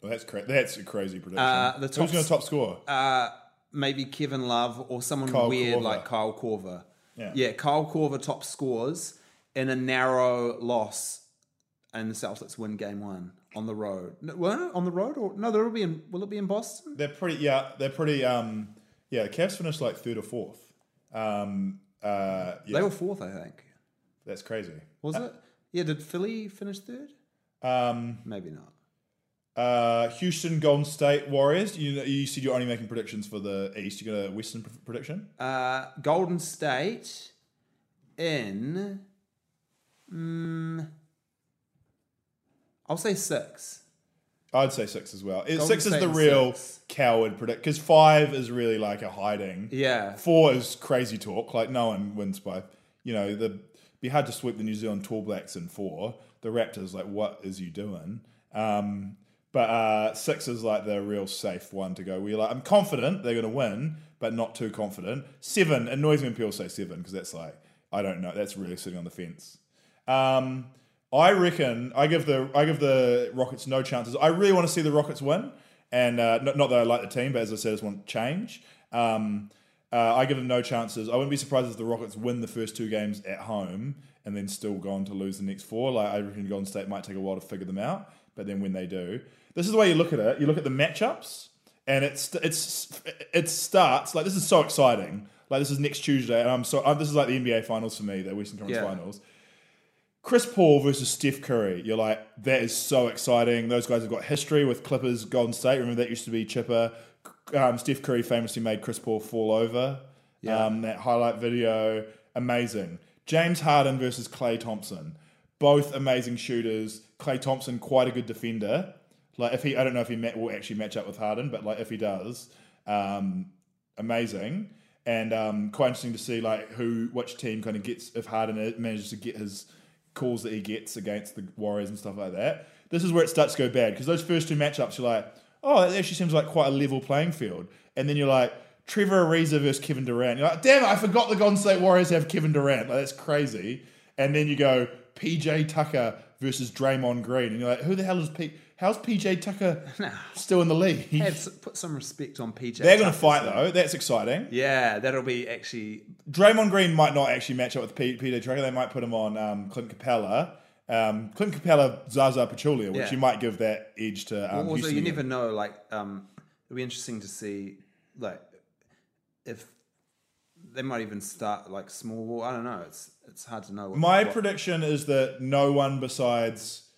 [SPEAKER 2] Well, that's cra- that's a crazy prediction.
[SPEAKER 1] Uh, the top-
[SPEAKER 2] Who's going to top score?
[SPEAKER 1] uh, maybe Kevin Love or someone
[SPEAKER 2] Kyle
[SPEAKER 1] weird
[SPEAKER 2] Korver.
[SPEAKER 1] like Kyle Corver.
[SPEAKER 2] Yeah.
[SPEAKER 1] Kyle Corver top scores in a narrow loss, and the Celtics win game one on the road. No, well, no, on the road or no? That'll be in. Will it be in Boston?
[SPEAKER 2] they're pretty. Yeah, they're pretty. Um, yeah, the Cavs finished like third or fourth. Um, uh, yeah, Uh,
[SPEAKER 1] They were fourth, I think.
[SPEAKER 2] that's crazy.
[SPEAKER 1] Was it? Yeah. Did Philly finish third?
[SPEAKER 2] Um,
[SPEAKER 1] Maybe not.
[SPEAKER 2] uh, Houston, Golden State, Warriors. You you said you're only making predictions for the East. You got a Western pr- prediction?
[SPEAKER 1] Uh, Golden State in. Mm, I'll say six.
[SPEAKER 2] I'd say six as well. It-
[SPEAKER 1] Golden
[SPEAKER 2] six is
[SPEAKER 1] State
[SPEAKER 2] the
[SPEAKER 1] and
[SPEAKER 2] real
[SPEAKER 1] six.
[SPEAKER 2] coward predict because five is really like a hiding.
[SPEAKER 1] Yeah.
[SPEAKER 2] Four is crazy talk. Like no one wins by, you know, the be hard to sweep the New Zealand Tall Blacks in four. The Raptors, like, what is you doing? Um, but uh, six is like the real safe one to go. We're like, I'm confident they're going to win, but not too confident. Seven annoys me when people say seven because that's like, I don't know. That's really sitting on the fence. Um, I reckon I give the I give the Rockets no chances. I really want to see the Rockets win, and uh, not, not that I like the team, but as I said, I just want change. Um, uh, I give them no chances. I wouldn't be surprised if the Rockets win the first two games at home and then still go on to lose the next four. Like I reckon Golden State might take a while to figure them out, but then when they do, this is the way you look at it. You look at the matchups, and it's it's it starts like this is so exciting. Like this is next Tuesday, and I'm so I'm, this is like the NBA Finals for me, the Western Conference
[SPEAKER 1] Yeah.
[SPEAKER 2] Finals. Chris Paul versus Steph Curry. You're like, that is so exciting. Those guys have got history with Clippers, Golden State. Remember that used to be Chipper. Um, Steph Curry famously made Chris Paul fall over. Um, that highlight video, amazing. James Harden versus Clay Thompson. both amazing shooters. Clay Thompson, quite a good defender. Like if he, I don't know if he met, will actually match up with Harden, but like if he does, um, amazing. And um, quite interesting to see like who, which team kind of gets if Harden manages to get his calls that he gets against the Warriors and stuff like that. This is where it starts to go bad because those first two matchups, you're like, oh, that actually seems like quite a level playing field. And then you're like, Trevor Ariza versus Kevin Durant. You're like, damn it, I forgot the Golden State Warriors have Kevin Durant. Like, that's crazy. And then you go, PJ Tucker versus Draymond Green. And you're like, who the hell is P? How's PJ Tucker still in the league?
[SPEAKER 1] Have s- put some respect on PJ.
[SPEAKER 2] They're going to
[SPEAKER 1] Tucker.
[SPEAKER 2] fight, though. That's exciting.
[SPEAKER 1] Yeah, that'll be actually.
[SPEAKER 2] Draymond Green might not actually match up with P- Peter Drucker. They might put him on um, Clint Capella. Um, Clint Capella, Zaza Pachulia, which
[SPEAKER 1] Yeah.
[SPEAKER 2] you might give that edge to. Um,
[SPEAKER 1] also,
[SPEAKER 2] Houston
[SPEAKER 1] you
[SPEAKER 2] again.
[SPEAKER 1] never know. Like, um, it'll be interesting to see, like, if they might even start like small ball. I don't know. It's it's hard to know. What,
[SPEAKER 2] My
[SPEAKER 1] what-
[SPEAKER 2] prediction is that no one besides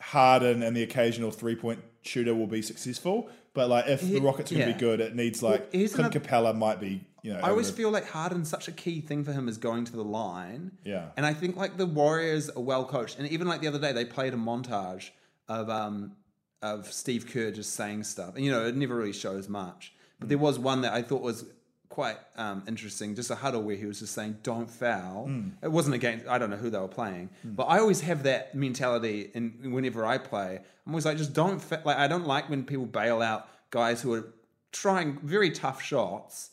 [SPEAKER 2] Harden and the occasional three point shooter will be successful. But like, if the Rockets can
[SPEAKER 1] yeah.
[SPEAKER 2] be good, it needs like
[SPEAKER 1] here's
[SPEAKER 2] Clint
[SPEAKER 1] another-
[SPEAKER 2] Capella might be. You know,
[SPEAKER 1] I always
[SPEAKER 2] over-
[SPEAKER 1] feel like Harden's such a key thing for him is going to the line.
[SPEAKER 2] Yeah.
[SPEAKER 1] And I think like the Warriors are well coached. And even like the other day they played a montage of um of Steve Kerr just saying stuff. And you know, it never really shows much. But there was one that I thought was quite um, interesting, just a huddle where he was just saying, Don't foul.
[SPEAKER 2] Mm.
[SPEAKER 1] It wasn't against I don't know who they were playing. But I always have that mentality in whenever I play. I'm always like, just don't fa- like I don't like when people bail out guys who are trying very tough shots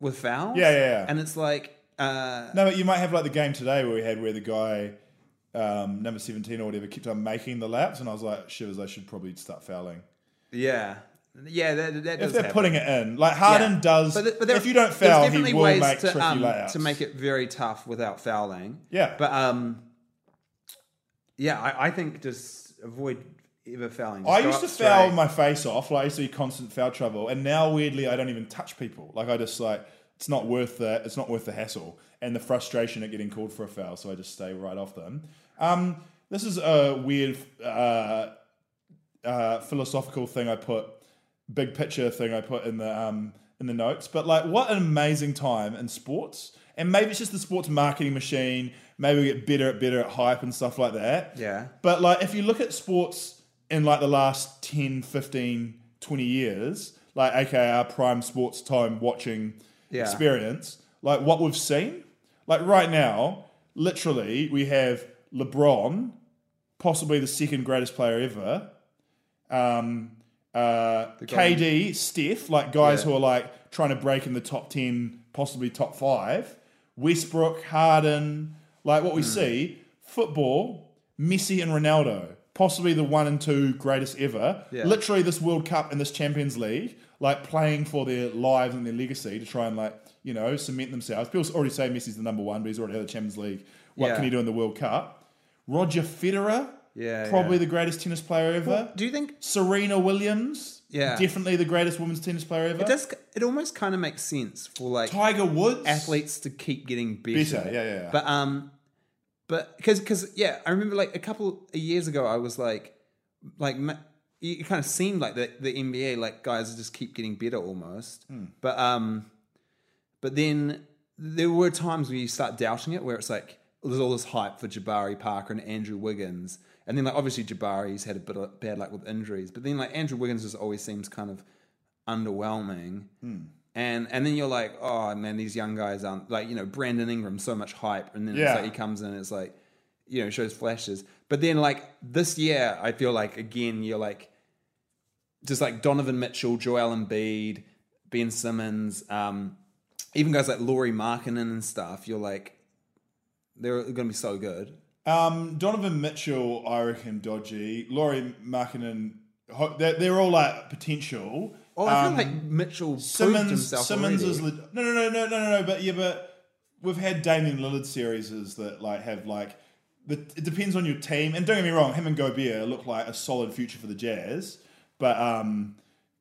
[SPEAKER 1] with fouls.
[SPEAKER 2] Mm. Yeah, yeah, yeah.
[SPEAKER 1] And it's like, uh,
[SPEAKER 2] No, but you might have like the game today where we had where the guy um, number seventeen or whatever kept on making the laps, and I was like, shivers, I should probably start fouling.
[SPEAKER 1] yeah, yeah. That, that
[SPEAKER 2] If
[SPEAKER 1] does
[SPEAKER 2] they're
[SPEAKER 1] happen.
[SPEAKER 2] putting it in, like Harden
[SPEAKER 1] Yeah.
[SPEAKER 2] does,
[SPEAKER 1] th- there-
[SPEAKER 2] if you don't
[SPEAKER 1] there's
[SPEAKER 2] foul, he
[SPEAKER 1] definitely
[SPEAKER 2] will
[SPEAKER 1] ways
[SPEAKER 2] make tricky
[SPEAKER 1] um,
[SPEAKER 2] layouts
[SPEAKER 1] to make it very tough without fouling.
[SPEAKER 2] Yeah.
[SPEAKER 1] but um, yeah, I, I think just avoid ever fouling. Just
[SPEAKER 2] I
[SPEAKER 1] go
[SPEAKER 2] used
[SPEAKER 1] up
[SPEAKER 2] to
[SPEAKER 1] straight.
[SPEAKER 2] foul my face off. Like I used to be constant foul trouble, and now weirdly, I don't even touch people. Like I just like it's not worth the it's not worth the hassle and the frustration at getting called for a foul. So I just stay right off them. Um, this is a weird uh, uh, philosophical thing I put, big picture thing I put in the um, in the notes. But like, what an amazing time in sports. And maybe it's just the sports marketing machine. Maybe we get better at better at hype and stuff like that.
[SPEAKER 1] Yeah.
[SPEAKER 2] But like if you look at sports in like the last 10, 15, 20 years, like aka our prime sports time watching
[SPEAKER 1] Yeah.
[SPEAKER 2] experience, like what we've seen, like right now, literally we have LeBron, possibly the second greatest player ever, um, uh, KD, Steph, like guys who are like trying to break in the top 10, possibly top five, Westbrook, Harden, like what we see, football, Messi and Ronaldo, possibly the one and two greatest ever. Literally, this World Cup and this Champions League, like playing for their lives and their legacy to try and like, you know, cement themselves. People already say Messi's the number one, but he's already had the Champions League. What
[SPEAKER 1] Yeah.
[SPEAKER 2] can he do in the World Cup? Roger Federer,
[SPEAKER 1] Yeah, yeah.
[SPEAKER 2] probably the greatest tennis player ever.
[SPEAKER 1] Do you think
[SPEAKER 2] Serena Williams,
[SPEAKER 1] Yeah.
[SPEAKER 2] definitely the greatest women's tennis player ever.
[SPEAKER 1] it does? It almost kind of makes sense for like
[SPEAKER 2] Tiger Woods,
[SPEAKER 1] athletes to keep getting better.
[SPEAKER 2] Better, yeah, yeah, yeah.
[SPEAKER 1] But um, but because because yeah, I remember like a couple of years ago, I was like, like ma- it kind of seemed like the the NBA like guys just keep getting better almost.
[SPEAKER 2] Hmm.
[SPEAKER 1] But um, but then there were times where you start doubting it, where it's like there's all this hype for Jabari Parker and Andrew Wiggins, and then like obviously Jabari's had a bit of bad luck with injuries, but then like Andrew Wiggins just always seems kind of underwhelming. And and then you're like, oh man, these young guys aren't like you know Brandon Ingram, so much hype, and then
[SPEAKER 2] Yeah.
[SPEAKER 1] it's like he comes in, and it's like you know shows flashes, but then like this year, I feel like again you're like just like Donovan Mitchell, Joel Embiid, Ben Simmons, um, even guys like Laurie Markkinen and stuff. You're like they're going to be so good.
[SPEAKER 2] um, Donovan Mitchell, I reckon dodgy. Laurie Markkinen, ho- they're, they're all like potential.
[SPEAKER 1] Oh, I feel like Mitchell proved
[SPEAKER 2] Simmons,
[SPEAKER 1] himself
[SPEAKER 2] Simmons
[SPEAKER 1] already.
[SPEAKER 2] is le- no, no, no, no, no, no, no. But yeah, but we've had Damian Lillard series that like have like the, it depends on your team. And don't get me wrong, him and Gobert look like a solid future for the Jazz, but um,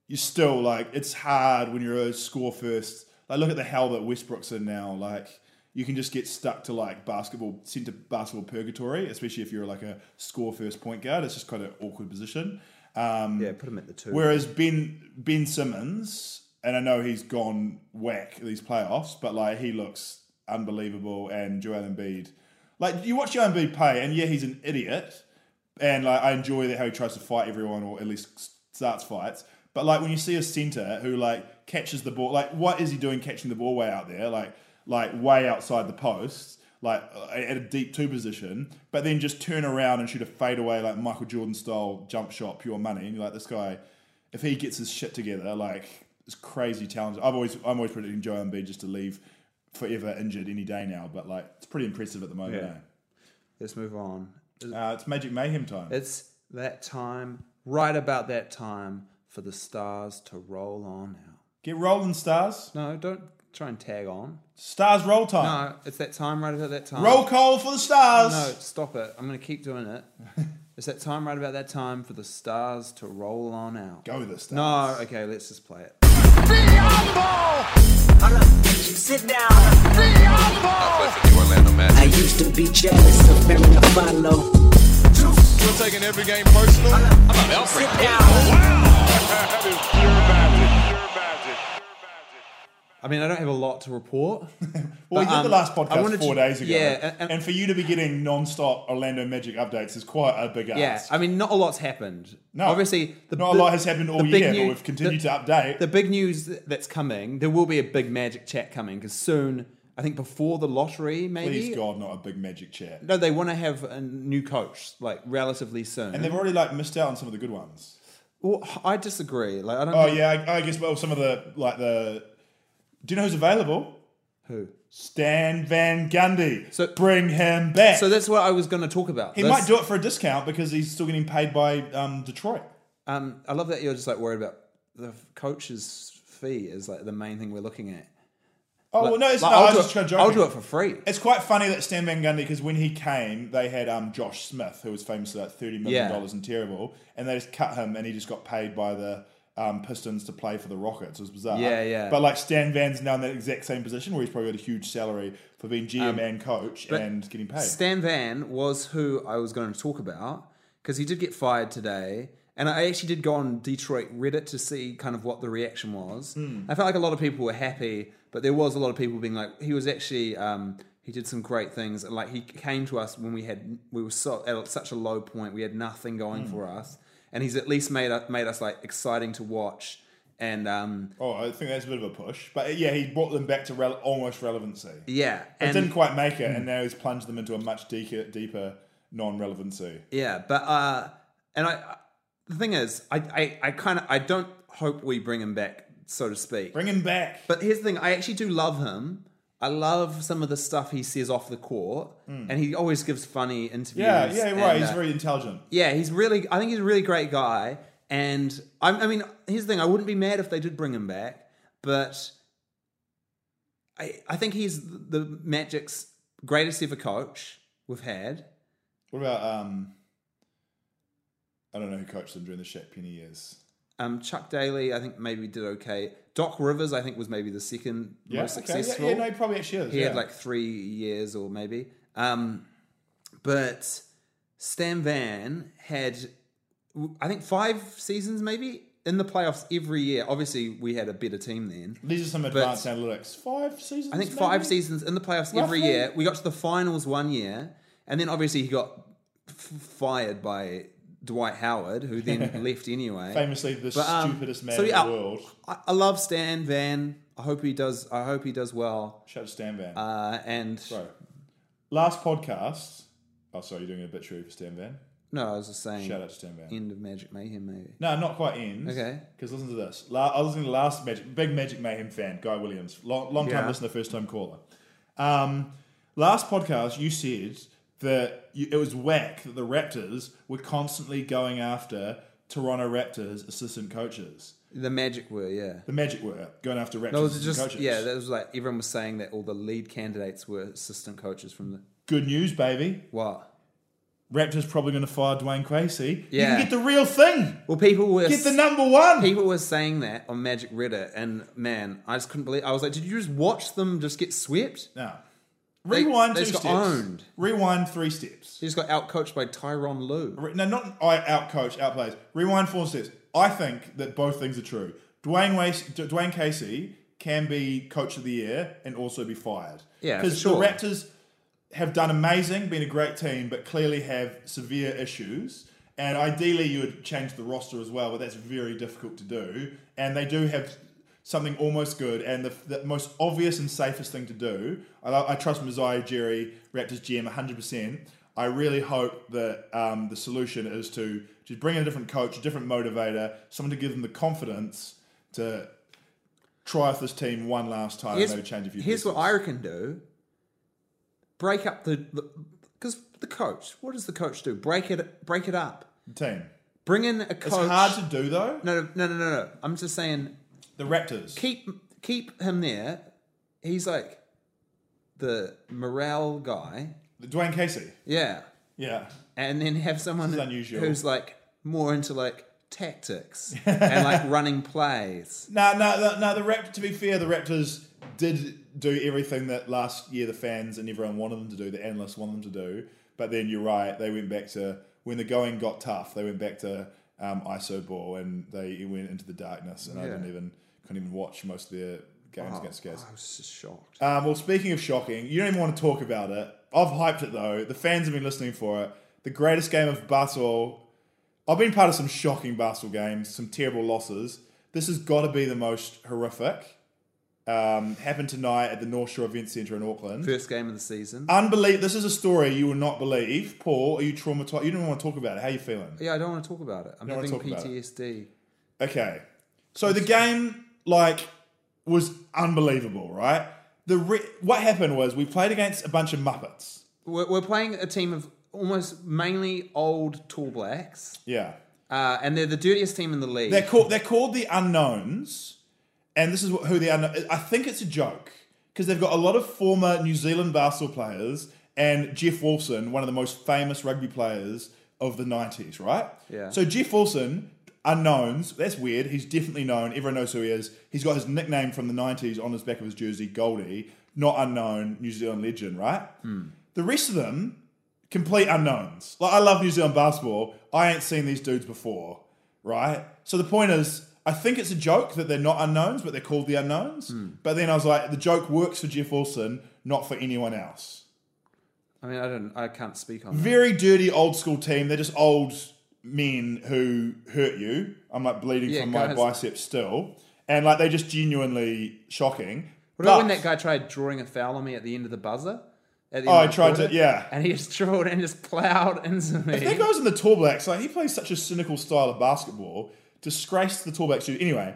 [SPEAKER 2] you still like it's hard when you're a score first. Like look at the hell that Westbrook's in now. Like you can just get stuck to like basketball sent to basketball purgatory, especially if you're like a score first point guard. It's just quite an awkward position. Um,
[SPEAKER 1] yeah, put him at the two.
[SPEAKER 2] Whereas Ben Ben Simmons, and I know he's gone whack these playoffs, but like he looks unbelievable, and Joel Embiid, Like you watch Joan Pay, and yeah, he's an idiot, and like I enjoy that how he tries to fight everyone, or at least s- starts fights. But like when you see a centre who like catches the ball, like what is he doing catching the ball way out there, like like way outside the post, like uh, at a deep two position, but then just turn around and shoot a fadeaway like Michael Jordan style jump shot, pure money. And you're like, this guy, if he gets his shit together, like it's crazy talented. I've always I'm always predicting Joe Embiid just to leave forever injured any day now, but like it's pretty impressive at the moment.
[SPEAKER 1] Yeah. Let's move on.
[SPEAKER 2] eh? Uh, it's Magic Mayhem time.
[SPEAKER 1] It's that time, right about that time, for the stars to roll on out.
[SPEAKER 2] Get rolling, stars.
[SPEAKER 1] No, don't try and tag on.
[SPEAKER 2] Stars roll time.
[SPEAKER 1] No, it's that time, right about that time.
[SPEAKER 2] Roll call for the stars.
[SPEAKER 1] No, stop it. I'm going to keep doing it. it's that time, right about that time, for the stars to roll on out.
[SPEAKER 2] Go with the stars.
[SPEAKER 1] No, okay, let's just play it.
[SPEAKER 5] Sit down. I used to be jealous of Mary Follow.
[SPEAKER 6] Still taking every game personal.
[SPEAKER 5] Sit down.
[SPEAKER 6] That is pure magic. Pure magic.
[SPEAKER 1] I mean, I don't have a lot to report.
[SPEAKER 2] Well, we
[SPEAKER 1] But,
[SPEAKER 2] did the
[SPEAKER 1] um,
[SPEAKER 2] last
[SPEAKER 1] I
[SPEAKER 2] podcast
[SPEAKER 1] wanted
[SPEAKER 2] four
[SPEAKER 1] to-
[SPEAKER 2] days ago.
[SPEAKER 1] yeah, and-
[SPEAKER 2] and,
[SPEAKER 1] and-
[SPEAKER 2] for you to be getting non-stop Orlando Magic updates is quite a big ask.
[SPEAKER 1] yeah, I mean, not a lot's happened.
[SPEAKER 2] No.
[SPEAKER 1] obviously,
[SPEAKER 2] Not a lot has happened all
[SPEAKER 1] the big
[SPEAKER 2] year, but
[SPEAKER 1] new-
[SPEAKER 2] we've continued
[SPEAKER 1] the-
[SPEAKER 2] to update.
[SPEAKER 1] The big news that's coming, there will be a big magic chat coming because soon, I think before the lottery, maybe.
[SPEAKER 2] Please God, not a big Magic chat.
[SPEAKER 1] No, they want to have a new coach like relatively soon.
[SPEAKER 2] And they've already like missed out on some of the good ones.
[SPEAKER 1] well, I disagree. Like, I don't.
[SPEAKER 2] Oh
[SPEAKER 1] think-
[SPEAKER 2] yeah, I, I guess. Well, some of the like the. Do you know who's available?
[SPEAKER 1] Who?
[SPEAKER 2] Stan Van Gundy.
[SPEAKER 1] So-
[SPEAKER 2] bring him back.
[SPEAKER 1] So that's what I was going to talk about.
[SPEAKER 2] he
[SPEAKER 1] This-
[SPEAKER 2] might do it for a discount because he's still getting paid by um, Detroit.
[SPEAKER 1] Um, I love that you're just like worried about the coach's fee is like the main thing we're looking at.
[SPEAKER 2] Oh
[SPEAKER 1] Like-
[SPEAKER 2] well, no, it's
[SPEAKER 1] like,
[SPEAKER 2] no.
[SPEAKER 1] I'll,
[SPEAKER 2] I was
[SPEAKER 1] do
[SPEAKER 2] just
[SPEAKER 1] it,
[SPEAKER 2] joking.
[SPEAKER 1] I'll do it for free.
[SPEAKER 2] It's quite funny that Stan Van Gundy, because when he came, they had um, Josh Smith, who was famous for like thirty million dollars
[SPEAKER 1] Yeah.
[SPEAKER 2] and terrible, and they just cut him, and he just got paid by the um, Pistons to play for the Rockets. It was bizarre.
[SPEAKER 1] Yeah, yeah.
[SPEAKER 2] But like Stan Van's now in that exact same position where he's probably got a huge salary for being GM and coach and getting paid.
[SPEAKER 1] Um, Stan Van was who I was going to talk about because he did get fired today. And I actually did go on Detroit Reddit to see kind of what the reaction was. I felt like a lot of people were happy, but there was a lot of people being like, he was actually, um, he did some great things. And like, he came to us when we had, we were so, at such a low point, we had nothing going for us. And he's at least made us, made us like exciting to watch. And um,
[SPEAKER 2] oh, I think that's a bit of a push, but uh, yeah, he brought them back to rele- almost relevancy. It
[SPEAKER 1] yeah, and Mm.
[SPEAKER 2] didn't quite make it, and now he's plunged them into a much deeper, deeper non-relevancy.
[SPEAKER 1] Yeah, but uh, and I, the thing is, I, I, I kind of, I don't hope we bring him back, so to speak.
[SPEAKER 2] Bring him back.
[SPEAKER 1] but here's the thing: I actually do love him. I love some of the stuff he says off the court, and he always gives funny interviews.
[SPEAKER 2] Hmm. yeah, yeah, right.
[SPEAKER 1] and,
[SPEAKER 2] he's
[SPEAKER 1] uh,
[SPEAKER 2] very intelligent.
[SPEAKER 1] yeah, he's really. I think he's a really great guy. And I, I mean, here's the thing: I wouldn't be mad if they did bring him back, but I, I think he's the Magic's greatest ever coach we've had.
[SPEAKER 2] What about um? I don't know who coached them during the Shaq Penny years.
[SPEAKER 1] Um, Chuck Daly, I think maybe did okay. Doc Rivers, I think was maybe the second most successful.
[SPEAKER 2] Yeah, yeah, no, he probably actually is.
[SPEAKER 1] he
[SPEAKER 2] yeah.
[SPEAKER 1] had like three years or maybe. Um, but Stan Van had, I think, five seasons maybe in the playoffs every year. Obviously, we had a better team then.
[SPEAKER 2] These are some advanced analytics. Five seasons.
[SPEAKER 1] I think five
[SPEAKER 2] maybe?
[SPEAKER 1] seasons in the playoffs every
[SPEAKER 2] Roughly.
[SPEAKER 1] year. We got to the finals one year, and then obviously he got f- fired by Dwight Howard, who then left anyway.
[SPEAKER 2] Famously, the
[SPEAKER 1] But, um,
[SPEAKER 2] stupidest man
[SPEAKER 1] so, yeah,
[SPEAKER 2] in the world.
[SPEAKER 1] I, I love Stan Van. I hope he does. I hope he does well.
[SPEAKER 2] Shout out to Stan Van.
[SPEAKER 1] Uh, and
[SPEAKER 2] Bro. Last podcast. Oh, sorry, you're doing an obituary for Stan Van.
[SPEAKER 1] no, I was just saying.
[SPEAKER 2] Shout out to Stan Van.
[SPEAKER 1] End of Magic Mayhem, maybe.
[SPEAKER 2] No, not quite ends.
[SPEAKER 1] Okay.
[SPEAKER 2] Because listen to this. La- I was listening to last Magic, big Magic Mayhem fan, Guy Williams, long, long time
[SPEAKER 1] Yeah.
[SPEAKER 2] listener, first time caller. Um, last podcast, you said that you, it was whack that the Raptors were constantly going after Toronto Raptors assistant coaches.
[SPEAKER 1] The Magic were, yeah.
[SPEAKER 2] The Magic were going after Raptors
[SPEAKER 1] That was
[SPEAKER 2] assistant
[SPEAKER 1] just
[SPEAKER 2] coaches.
[SPEAKER 1] yeah. That was like everyone was saying that all the lead candidates were assistant coaches from the
[SPEAKER 2] Good news, baby.
[SPEAKER 1] what?
[SPEAKER 2] Raptors probably going to fire Dwayne Quasey. You
[SPEAKER 1] Yeah.
[SPEAKER 2] can get the real thing.
[SPEAKER 1] Well, people were
[SPEAKER 2] Get the number one.
[SPEAKER 1] people were saying that on Magic Reddit, and man, I just couldn't believe. I was like, did you just watch them just get swept?
[SPEAKER 2] no.
[SPEAKER 1] They-
[SPEAKER 2] Rewind
[SPEAKER 1] they
[SPEAKER 2] two
[SPEAKER 1] just got
[SPEAKER 2] steps.
[SPEAKER 1] owned.
[SPEAKER 2] Rewind three steps.
[SPEAKER 1] They just got outcoached by Tyron Lue.
[SPEAKER 2] Re- No, not I outcoach, outplays. Rewind four steps. I think that both things are true. Dwayne Wace, D- Dwayne Casey can be coach of the year and also be fired.
[SPEAKER 1] Yeah,
[SPEAKER 2] because
[SPEAKER 1] for sure.
[SPEAKER 2] the Raptors have done amazing, been a great team, but clearly have severe issues. And ideally, you would change the roster as well, but that's very difficult to do. And they do have something almost good. And the, the most obvious and safest thing to do, I, lo- I trust Messiah Jerry, Raptors GM, 100%. I really hope that um, the solution is to just bring in a different coach, a different motivator, someone to give them the confidence to try with this team one last time and maybe change a few
[SPEAKER 1] here's what
[SPEAKER 2] pieces.
[SPEAKER 1] I reckon do. Break up the because the, coach. What does the coach do? Break it. Break it up.
[SPEAKER 2] team.
[SPEAKER 1] Bring in a
[SPEAKER 2] It's
[SPEAKER 1] coach.
[SPEAKER 2] hard to do though.
[SPEAKER 1] no, no, no, no, no. I'm just saying.
[SPEAKER 2] The Raptors.
[SPEAKER 1] Keep keep him there. He's like the morale guy.
[SPEAKER 2] The Dwayne Casey.
[SPEAKER 1] Yeah,
[SPEAKER 2] Yeah.
[SPEAKER 1] and then have someone
[SPEAKER 2] This is unusual.
[SPEAKER 1] who's like more into like tactics and like running plays.
[SPEAKER 2] No, no, no, no. The Raptors. To be fair, the Raptors did do everything that last year the fans and everyone wanted them to do. The analysts wanted them to do. But then you're right. They went back to when the going got tough. They went back to um, ISO ball and they went into the darkness. And I didn't even couldn't even watch most of their games against Gas.
[SPEAKER 1] Oh, I was just shocked.
[SPEAKER 2] Um, well, speaking of shocking, you don't even want to talk about it. I've hyped it though. The fans have been listening for it. The greatest game of basketball. I've been part of some shocking basketball games, some terrible losses. This has got to be the most horrific. Um, happened tonight at the North Shore Event Centre in Auckland.
[SPEAKER 1] First game of the season.
[SPEAKER 2] Unbelievable. This is a story you will not believe. Paul, are you traumatized? You don't want to talk about it. How are you feeling?
[SPEAKER 1] yeah, I don't want to talk about it. I'm
[SPEAKER 2] Don't wanna
[SPEAKER 1] having
[SPEAKER 2] talk about it.
[SPEAKER 1] PTSD.
[SPEAKER 2] Okay. So the game, like, was unbelievable, right? The re- what happened was we played against a bunch of Muppets.
[SPEAKER 1] We're, we're playing a team of almost mainly old tall blacks,
[SPEAKER 2] Yeah.
[SPEAKER 1] uh, and they're the dirtiest team in the league.
[SPEAKER 2] They're called they're called the unknowns, and this is wh- who the unknown. I think it's a joke because they've got a lot of former New Zealand basketball players and Jeff Wilson, one of the most famous rugby players of the nineties, right?
[SPEAKER 1] Yeah.
[SPEAKER 2] So Jeff Wilson, unknowns. That's weird. He's definitely known. Everyone knows who he is. He's got his nickname from the nineties on his back of his jersey, Goldie, not unknown New Zealand legend, right? The rest of them, complete unknowns. Like I love New Zealand basketball. I ain't seen these dudes before, right? So the point is, I think it's a joke that they're not unknowns, but they're called the unknowns.
[SPEAKER 1] Hmm.
[SPEAKER 2] But then I was like, the joke works for Jeff Wilson, not for anyone else.
[SPEAKER 1] I mean, I don't, I can't speak on. that.
[SPEAKER 2] Very dirty old school team. They're just old men who hurt you. I'm like bleeding
[SPEAKER 1] Yeah,
[SPEAKER 2] from my
[SPEAKER 1] guys.
[SPEAKER 2] biceps still. And like they're just genuinely shocking.
[SPEAKER 1] What about when
[SPEAKER 2] But-
[SPEAKER 1] that guy tried drawing a foul on me at the end of the buzzer? At the
[SPEAKER 2] Oh,
[SPEAKER 1] end
[SPEAKER 2] I
[SPEAKER 1] of the
[SPEAKER 2] tried to-
[SPEAKER 1] quarter?
[SPEAKER 2] yeah.
[SPEAKER 1] And he just drew it and just plowed into me.
[SPEAKER 2] If that guy was in the Tall Blacks, like he plays such a cynical style of basketball, disgraced the Tall Blacks too. Anyway,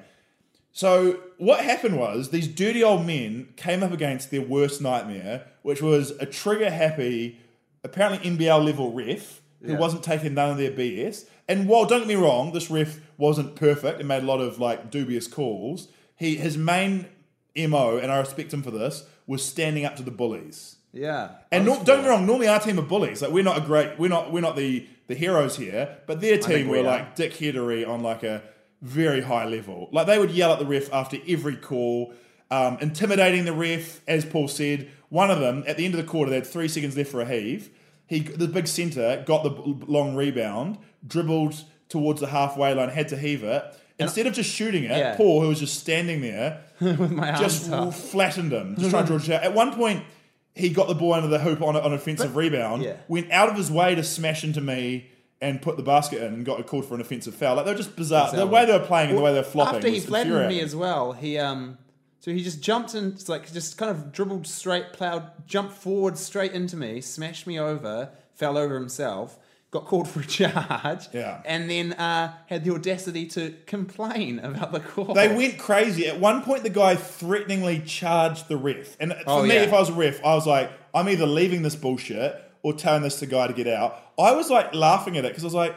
[SPEAKER 2] so what happened was these dirty old men came up against their worst nightmare, which was a trigger happy, apparently NBL level ref who wasn't taking none of their BS. And while don't get me wrong, this ref wasn't perfect and made a lot of like dubious calls. He his main mo, and I respect him for this, was standing up to the bullies.
[SPEAKER 1] yeah.
[SPEAKER 2] And nor don't get me wrong, normally our team are bullies. Like we're not a great, we're not we're not the the heroes here, but their team
[SPEAKER 1] we
[SPEAKER 2] were
[SPEAKER 1] are.
[SPEAKER 2] like dickheadery on like a very high level. Like they would yell at the ref after every call, um, intimidating the ref. As Paul said, one of them at the end of the quarter, they had three seconds left for a heave. He, the big centre, got the b- long rebound, dribbled towards the halfway line, had to heave it. Instead of just shooting it,
[SPEAKER 1] Yeah.
[SPEAKER 2] Paul, who was just standing there,
[SPEAKER 1] With my arms
[SPEAKER 2] just
[SPEAKER 1] up.
[SPEAKER 2] flattened him. Just trying to draw it out. At one point, he got the ball under the hoop on a- on an offensive rebound.
[SPEAKER 1] yeah.
[SPEAKER 2] Went out of his way to smash into me and put the basket in and got called for an offensive foul. Like they were just bizarre. The way they were playing and the way they were flopping.
[SPEAKER 1] After he
[SPEAKER 2] was
[SPEAKER 1] flattened me
[SPEAKER 2] infuriating.
[SPEAKER 1] as well, he um, so he just jumped and it's like just kind of dribbled straight, plowed, jumped forward straight into me, smashed me over, fell over himself, got called for a charge,
[SPEAKER 2] Yeah.
[SPEAKER 1] and then uh, had the audacity to complain about the call.
[SPEAKER 2] They went crazy. At one point, the guy threateningly charged the ref. And for
[SPEAKER 1] Oh,
[SPEAKER 2] me,
[SPEAKER 1] yeah.
[SPEAKER 2] if I was a ref, I was like, I'm either leaving this bullshit or telling this to guy to get out. I was like laughing at it because I was like,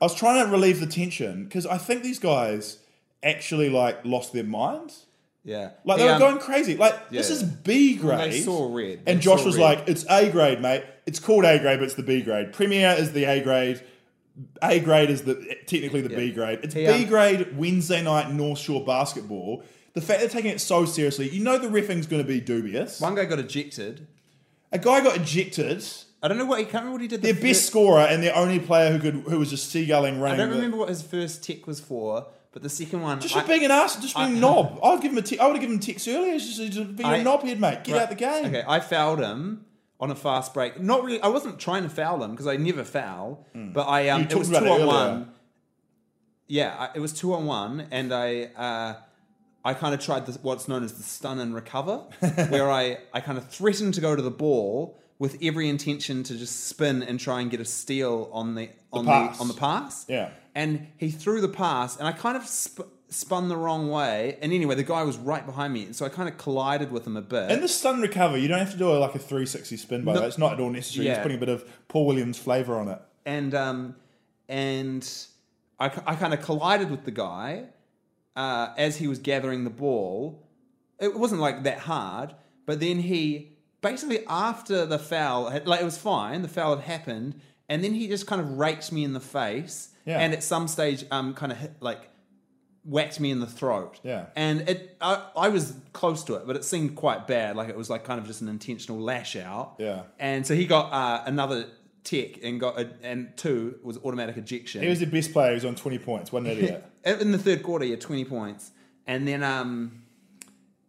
[SPEAKER 2] I was trying to relieve the tension because I think these guys actually like lost their minds.
[SPEAKER 1] yeah,
[SPEAKER 2] Like they
[SPEAKER 1] He,
[SPEAKER 2] were
[SPEAKER 1] um,
[SPEAKER 2] going crazy. Like this
[SPEAKER 1] yeah.
[SPEAKER 2] is B grade.
[SPEAKER 1] They saw red. They
[SPEAKER 2] And Josh
[SPEAKER 1] saw
[SPEAKER 2] was
[SPEAKER 1] red.
[SPEAKER 2] like, "It's A grade, mate. It's called A grade, but it's the B grade. Premier is the A grade. A grade is the technically the B grade. It's
[SPEAKER 1] He,
[SPEAKER 2] B
[SPEAKER 1] um,
[SPEAKER 2] grade Wednesday night North Shore basketball. The fact they're taking it so seriously, you know, the riffing's going to be dubious.
[SPEAKER 1] One guy got ejected.
[SPEAKER 2] A guy got ejected.
[SPEAKER 1] I don't know what he can't remember what he did.
[SPEAKER 2] Their
[SPEAKER 1] the
[SPEAKER 2] best
[SPEAKER 1] fir-
[SPEAKER 2] scorer and their only player who could who was just seagulling running.
[SPEAKER 1] I don't
[SPEAKER 2] the-
[SPEAKER 1] remember what his first tick was for, but the second one.
[SPEAKER 2] Just
[SPEAKER 1] I-
[SPEAKER 2] for being an ass, just being
[SPEAKER 1] I-
[SPEAKER 2] a knob. I'd give him a. T- I would have given him a text earlier. Just, just be a
[SPEAKER 1] I-
[SPEAKER 2] knobhead, mate. Get
[SPEAKER 1] Right.
[SPEAKER 2] out the game.
[SPEAKER 1] Okay, I fouled him. on a fast break. Not really. I wasn't trying to foul him because I never foul. But I um,
[SPEAKER 2] Mm. You
[SPEAKER 1] it was two on
[SPEAKER 2] talked about it earlier.
[SPEAKER 1] one. Yeah, I, it was two on one, and I uh, I kind of tried this, what's known as the stun and recover, where I I kind of threatened to go to the ball with every intention to just spin and try and get a steal on the on the,
[SPEAKER 2] pass.
[SPEAKER 1] on the pass.
[SPEAKER 2] Yeah.
[SPEAKER 1] and he threw the pass, and I kind of. Sp- Spun the wrong way, and anyway, the guy was right behind me, so I kind of collided with him a bit.
[SPEAKER 2] In the stun recover, you don't have to do a, like a 360 spin by the way. It's not at all necessary. It's
[SPEAKER 1] Yeah.
[SPEAKER 2] putting a bit of Paul Williams flavour on it.
[SPEAKER 1] and um, and I, kind of collided with the guy uh, as he was gathering the ball. It wasn't like that hard, but then he basically after the foul, had, like it was fine. The foul had happened, and then he just kind of raked me in the face,
[SPEAKER 2] Yeah.
[SPEAKER 1] and at some stage, um, kind of hit, like whacked me in the throat.
[SPEAKER 2] Yeah.
[SPEAKER 1] and it I, I was close to it, but it seemed quite bad. Like it was like kind of just an intentional lash out.
[SPEAKER 2] Yeah.
[SPEAKER 1] And so he got uh, another tick and got a, and two was automatic ejection.
[SPEAKER 2] He was the best player. He was on 20 points. What an idiot.
[SPEAKER 1] in the third quarter, he had twenty points, and then um,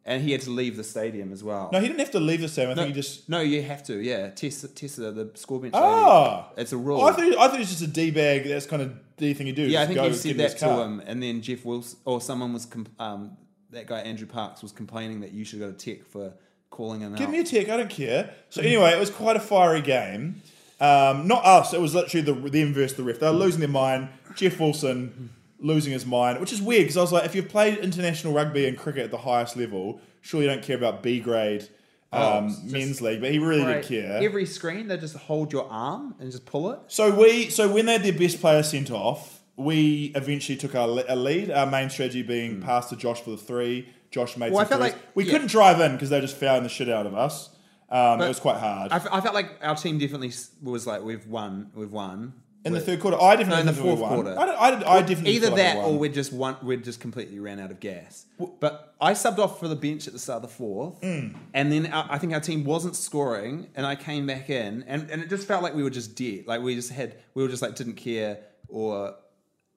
[SPEAKER 1] and he had to leave the stadium as well.
[SPEAKER 2] no, he didn't have to leave the stadium. I think he just.
[SPEAKER 1] No, you have to. Yeah, Tessa, Tessa the score bench.
[SPEAKER 2] Ah!
[SPEAKER 1] lady. it's a rule.
[SPEAKER 2] I thought, I thought it was just a D bag. That's kind of D thing you do.
[SPEAKER 1] yeah, I
[SPEAKER 2] just
[SPEAKER 1] think
[SPEAKER 2] go
[SPEAKER 1] you said
[SPEAKER 2] give his
[SPEAKER 1] that to
[SPEAKER 2] card.
[SPEAKER 1] him, and then Jeff Wilson or someone was com- um, that guy Andrew Parks was complaining that you should have got a tick for calling him
[SPEAKER 2] Give
[SPEAKER 1] out.
[SPEAKER 2] me a tick. I don't care. So anyway, it was quite a fiery game. Um, not us. It was literally the, the inverse of the ref. They were losing their mind. Jeff Wilson losing his mind, which is weird because I was like, if you've played international rugby and cricket at the highest level, surely you don't care about B grade
[SPEAKER 1] Oh,
[SPEAKER 2] um, men's league. But he really
[SPEAKER 1] Right.
[SPEAKER 2] did care.
[SPEAKER 1] Every screen, they just hold your arm and just pull it.
[SPEAKER 2] So we, so when they had their best player sent off, we eventually took our le- a lead. Our main strategy being pass to Josh for the three. Josh made
[SPEAKER 1] Hmm. Well, I
[SPEAKER 2] some
[SPEAKER 1] felt
[SPEAKER 2] threes.
[SPEAKER 1] like-
[SPEAKER 2] we
[SPEAKER 1] yeah.
[SPEAKER 2] couldn't drive in because they were just fouling the shit out of us. Um, it was quite hard.
[SPEAKER 1] I, f- I felt like our team definitely s- was like we've won, we've won.
[SPEAKER 2] in the third quarter, I definitely
[SPEAKER 1] No, in the
[SPEAKER 2] think we
[SPEAKER 1] fourth
[SPEAKER 2] won.
[SPEAKER 1] quarter.
[SPEAKER 2] I, don't- I, did- I definitely
[SPEAKER 1] Either
[SPEAKER 2] feel like
[SPEAKER 1] that,
[SPEAKER 2] we won.
[SPEAKER 1] or we just won, we just completely ran out of gas. But I subbed off for the bench at the start of the fourth,
[SPEAKER 2] Mm.
[SPEAKER 1] and then our, I think our team wasn't scoring, and I came back in, and, and it just felt like we were just dead. Like we just had, we were just like didn't care or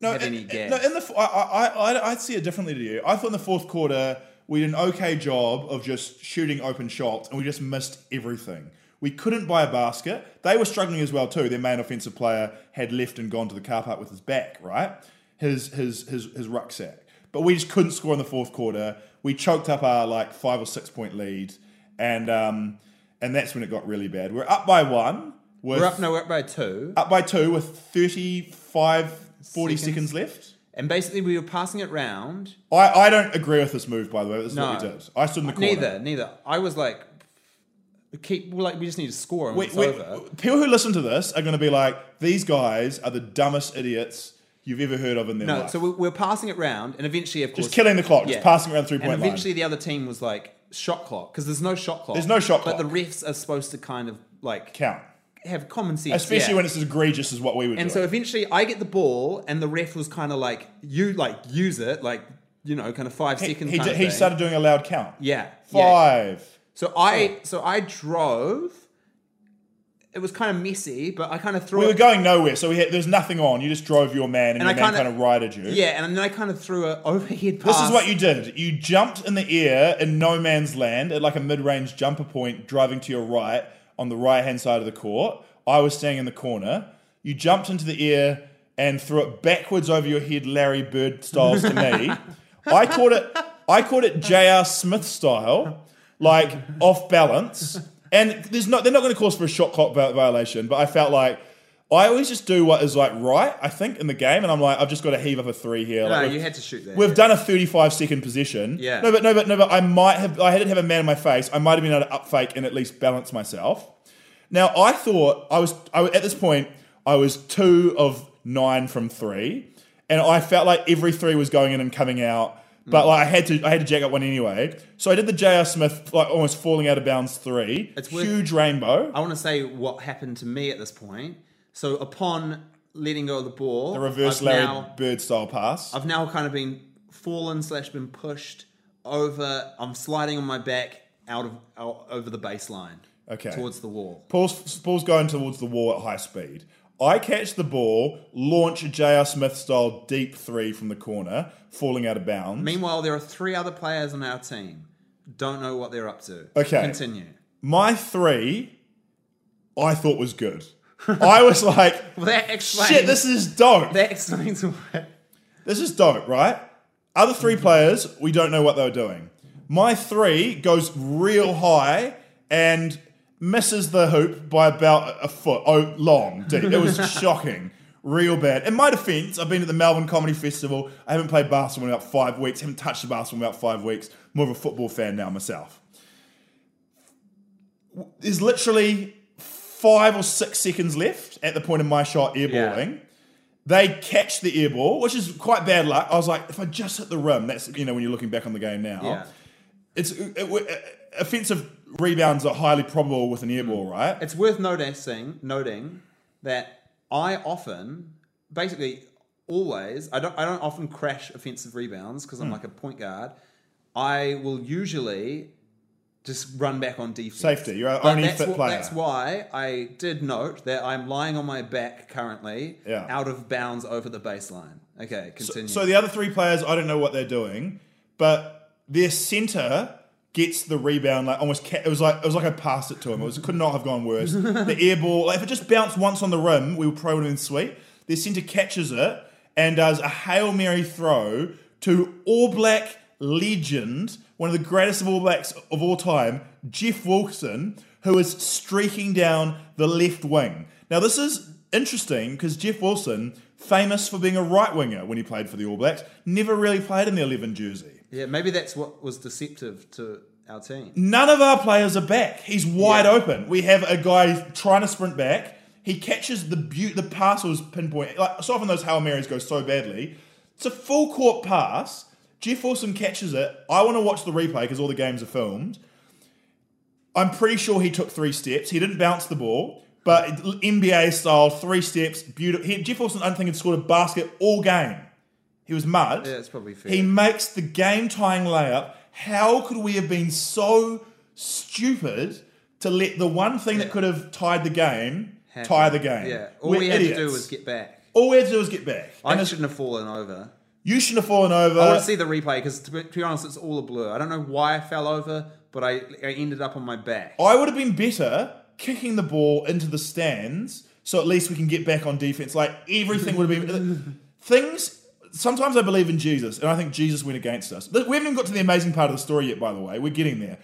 [SPEAKER 1] had
[SPEAKER 2] in-
[SPEAKER 1] any gas.
[SPEAKER 2] No, in the f- I, I, I, I see it differently to you. I thought in the fourth quarter we did an okay job of just shooting open shots, and we just missed everything. We couldn't buy a basket. They were struggling as well too. Their main offensive player had left and gone to the car park with his back, right? His his his his rucksack. But we just couldn't score in the fourth quarter. We choked up our like five or six point lead, and um, and that's when it got really bad. We're up by one. With,
[SPEAKER 1] we're up, no, we're up by two,
[SPEAKER 2] up by two with 35, 40
[SPEAKER 1] Seconds.
[SPEAKER 2] seconds left.
[SPEAKER 1] and basically we were passing it round.
[SPEAKER 2] I, I don't agree with this move, by the way. This is
[SPEAKER 1] No.
[SPEAKER 2] what we did. I stood in the corner.
[SPEAKER 1] Neither, neither. I was like, keep well, like we just need to score, and
[SPEAKER 2] We-
[SPEAKER 1] it's
[SPEAKER 2] we-
[SPEAKER 1] over.
[SPEAKER 2] people who listen to this are going to be like, these guys are the dumbest idiots you've ever heard of in their
[SPEAKER 1] No,
[SPEAKER 2] life.
[SPEAKER 1] so we- we're passing it round, and eventually, of course,
[SPEAKER 2] killing the clock, just passing around three-point
[SPEAKER 1] And
[SPEAKER 2] line.
[SPEAKER 1] eventually, the other team was like shot clock because there's no shot clock.
[SPEAKER 2] There's no shot
[SPEAKER 1] but
[SPEAKER 2] clock.
[SPEAKER 1] the refs are supposed to kind of like
[SPEAKER 2] Count.
[SPEAKER 1] have common sense,
[SPEAKER 2] Especially
[SPEAKER 1] yeah.
[SPEAKER 2] when it's as egregious as what we were
[SPEAKER 1] And so
[SPEAKER 2] doing.
[SPEAKER 1] eventually, I get the ball, and the ref was kind of like, "You like use it, like you know, kind of five
[SPEAKER 2] he,
[SPEAKER 1] seconds."
[SPEAKER 2] he,
[SPEAKER 1] kind
[SPEAKER 2] did-
[SPEAKER 1] of
[SPEAKER 2] he
[SPEAKER 1] thing.
[SPEAKER 2] started doing a loud count.
[SPEAKER 1] yeah, yeah.
[SPEAKER 2] Five.
[SPEAKER 1] So I, so I drove. It was kind of messy, but I kind of threw.
[SPEAKER 2] We
[SPEAKER 1] it
[SPEAKER 2] were going nowhere, so we had, there was nothing on. You just drove your man,
[SPEAKER 1] And
[SPEAKER 2] and, your
[SPEAKER 1] I
[SPEAKER 2] man
[SPEAKER 1] kinda-
[SPEAKER 2] kind of righted you.
[SPEAKER 1] Yeah, and then I kind of threw a overhead pass.
[SPEAKER 2] This is what you did. You jumped in the air in no man's land at like a mid-range jumper point, driving to your right on the right-hand side of the court. I was standing in the corner. You jumped into the air and threw it backwards over your head, Larry Bird styles to me. I caught it. I caught it J.R. Smith style, like off balance. And there's not. They're not going to cause for a shot clock vi- violation. But I felt like. I always just do what is like right, I think, in the game, and I'm like, I've just got to heave up a three here.
[SPEAKER 1] No,
[SPEAKER 2] like, with-
[SPEAKER 1] you had to shoot that.
[SPEAKER 2] We've done a 35 second position.
[SPEAKER 1] Yeah.
[SPEAKER 2] No, but no, but no, but I might have. I didn't have a man in my face. I might have been able to up fake and at least balance myself. Now I thought I was. I was- at this point I was two of nine from three, and I felt like every three was going in and coming out.
[SPEAKER 1] Mm.
[SPEAKER 2] But like I had to, I had to jack up one anyway. So I did the J.R. Smith like almost falling out of bounds three.
[SPEAKER 1] It's worth-
[SPEAKER 2] huge rainbow.
[SPEAKER 1] I want to say what happened to me at this point. So upon letting go of the ball,
[SPEAKER 2] a reverse
[SPEAKER 1] I've
[SPEAKER 2] Larry
[SPEAKER 1] now,
[SPEAKER 2] Bird style pass.
[SPEAKER 1] I've now kind of been fallen slash been pushed over. I'm sliding on my back out of out, over the baseline.
[SPEAKER 2] Okay.
[SPEAKER 1] towards the wall.
[SPEAKER 2] Paul's, Paul's going towards the wall at high speed. I catch the ball, launch a J.R. Smith style deep three from the corner, falling out of bounds.
[SPEAKER 1] Meanwhile, there are three other players on our team. Don't know what they're up to.
[SPEAKER 2] Okay.
[SPEAKER 1] continue.
[SPEAKER 2] My three I thought was good. I was like,
[SPEAKER 1] Well, that explains.
[SPEAKER 2] shit, this is dope.
[SPEAKER 1] that explains why.
[SPEAKER 2] This is dope, right? Other three players, we don't know what they were doing. My three goes real high and misses the hoop by about a foot oh, long deep. It was shocking. Real bad. In my defense, I've been at the Melbourne Comedy Festival. I haven't played basketball in about five weeks. Haven't touched the basketball in about five weeks. More of a football fan now myself. There's literally five or six seconds left at the point of my shot airballing they catch the air ball, which is quite bad luck. I was like, if I just hit the rim, that's you know when you're looking back on the game now,
[SPEAKER 1] Yeah.
[SPEAKER 2] it's it, it- offensive rebounds are highly probable with an air ball, right?
[SPEAKER 1] Mm. It's worth noticing, noting that I often, basically always, I don't, I don't often crash offensive rebounds because I'm
[SPEAKER 2] Hmm.
[SPEAKER 1] like a point guard. I will usually just run back on defense.
[SPEAKER 2] Safety, you're our
[SPEAKER 1] But
[SPEAKER 2] only
[SPEAKER 1] that's
[SPEAKER 2] fit
[SPEAKER 1] wh-
[SPEAKER 2] player.
[SPEAKER 1] That's why I did note that I'm lying on my back currently,
[SPEAKER 2] Yeah.
[SPEAKER 1] out of bounds over the baseline. Okay, continue.
[SPEAKER 2] So the other three players, I don't know what they're doing, but their center gets the rebound like almost. Ca- it was like it was like I passed it to him. It was could not have gone worse. the air ball, like if it just bounced once on the rim, we were probably would have been sweet. Their center catches it and does a hail mary throw to All Black legend, one of the greatest of All Blacks of all time, Jeff Wilson, who is streaking down the left wing. Now this is interesting because Jeff Wilson, famous for being a right winger when he played for the All Blacks, never really played in the eleven jersey.
[SPEAKER 1] yeah, maybe that's what was deceptive to our team.
[SPEAKER 2] None of our players are back. He's wide open. We have a guy trying to sprint back. He catches the bu- the pass was pinpoint. Like so often those hail marys go so badly. It's a full court pass. Jeff Wilson catches it. I want to watch the replay because all the games are filmed. I'm pretty sure he took three steps. He didn't bounce the ball, but NBA style three steps. Beautiful. He, Jeff Wilson, I don't think had scored a basket all game. He was mud.
[SPEAKER 1] Yeah, it's probably fair.
[SPEAKER 2] He makes the game tying layup. How could we have been so stupid to let the one thing that could have tied the game tie the game?
[SPEAKER 1] Yeah, all
[SPEAKER 2] We're
[SPEAKER 1] we had to do
[SPEAKER 2] idiots.
[SPEAKER 1] was get back.
[SPEAKER 2] All we had to do was get back.
[SPEAKER 1] I
[SPEAKER 2] And it's-
[SPEAKER 1] shouldn't have fallen over.
[SPEAKER 2] you shouldn't have fallen over.
[SPEAKER 1] I want to see the replay because, to, be- to be honest, it's all a blur. I don't know why I fell over, but I, I ended up on my back.
[SPEAKER 2] I would have been better kicking the ball into the stands so at least we can get back on defense. Like everything would have been things. Sometimes I believe in Jesus, and I think Jesus went against us. But We haven't even got to the amazing part of the story yet, by the way. We're getting there.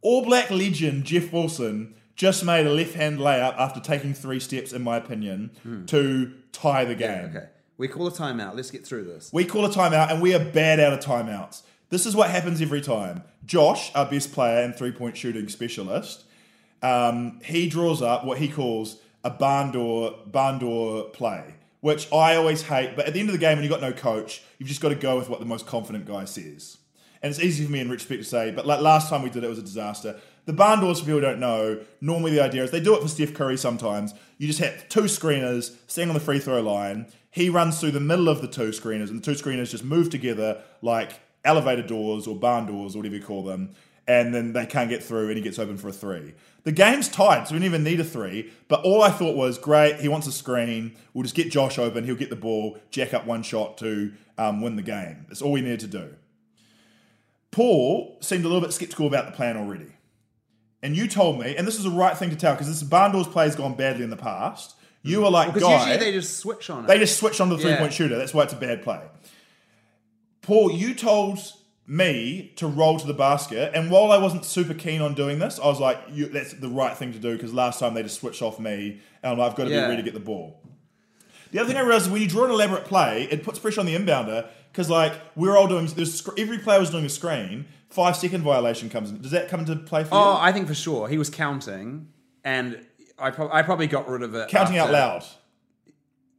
[SPEAKER 2] All black legend Jeff Wilson just made a left hand layup after taking three steps, in my opinion, to tie the game.
[SPEAKER 1] Okay, we call a timeout. Let's get through this.
[SPEAKER 2] We call a timeout and we are bad out of timeouts. This is what happens every time. Josh, our best player and three point shooting specialist, um, he draws up what he calls a barn door, barn door play, which I always hate. But at the end of the game, when you've got no coach, you've just got to go with what the most confident guy says. And it's easy for me in retrospect to say, but like last time we did it, it was a disaster. The barn doors, for people who don't know, normally the idea is they do it for Steph Curry sometimes. You just have two screeners standing on the free throw line. He runs through the middle of the two screeners, and the two screeners just move together like elevator doors or barn doors or whatever you call them. And then they can't get through, and he gets open for a three. The game's tied, so we didn't even need a three. But all I thought was, great, he wants a screen. We'll just get Josh open. He'll get the ball, jack up one shot to um, win the game. That's all we needed to do. Paul seemed a little bit skeptical about the plan already. And you told me, and this is the right thing to tell because this Barndor's play has gone badly in the past. You were like,
[SPEAKER 1] Because
[SPEAKER 2] guy,
[SPEAKER 1] usually they just switch on it.
[SPEAKER 2] they just switched on to the
[SPEAKER 1] Yeah.
[SPEAKER 2] three point shooter. That's why it's a bad play. Paul, you told me to roll to the basket, and while I wasn't super keen on doing this, I was like, you, that's the right thing to do because last time they just switched off me, and I'm like, I've got to be
[SPEAKER 1] Yeah.
[SPEAKER 2] ready to get the ball. The other thing I realized is when you draw an elaborate play, it puts pressure on the inbounder because like we're all doing there's, sc- every player was doing a screen. Five second violation comes in. Does that come into play for you?
[SPEAKER 1] oh, I think for sure he was counting, and I, prob- I probably got rid of it.
[SPEAKER 2] Counting
[SPEAKER 1] after-
[SPEAKER 2] out loud.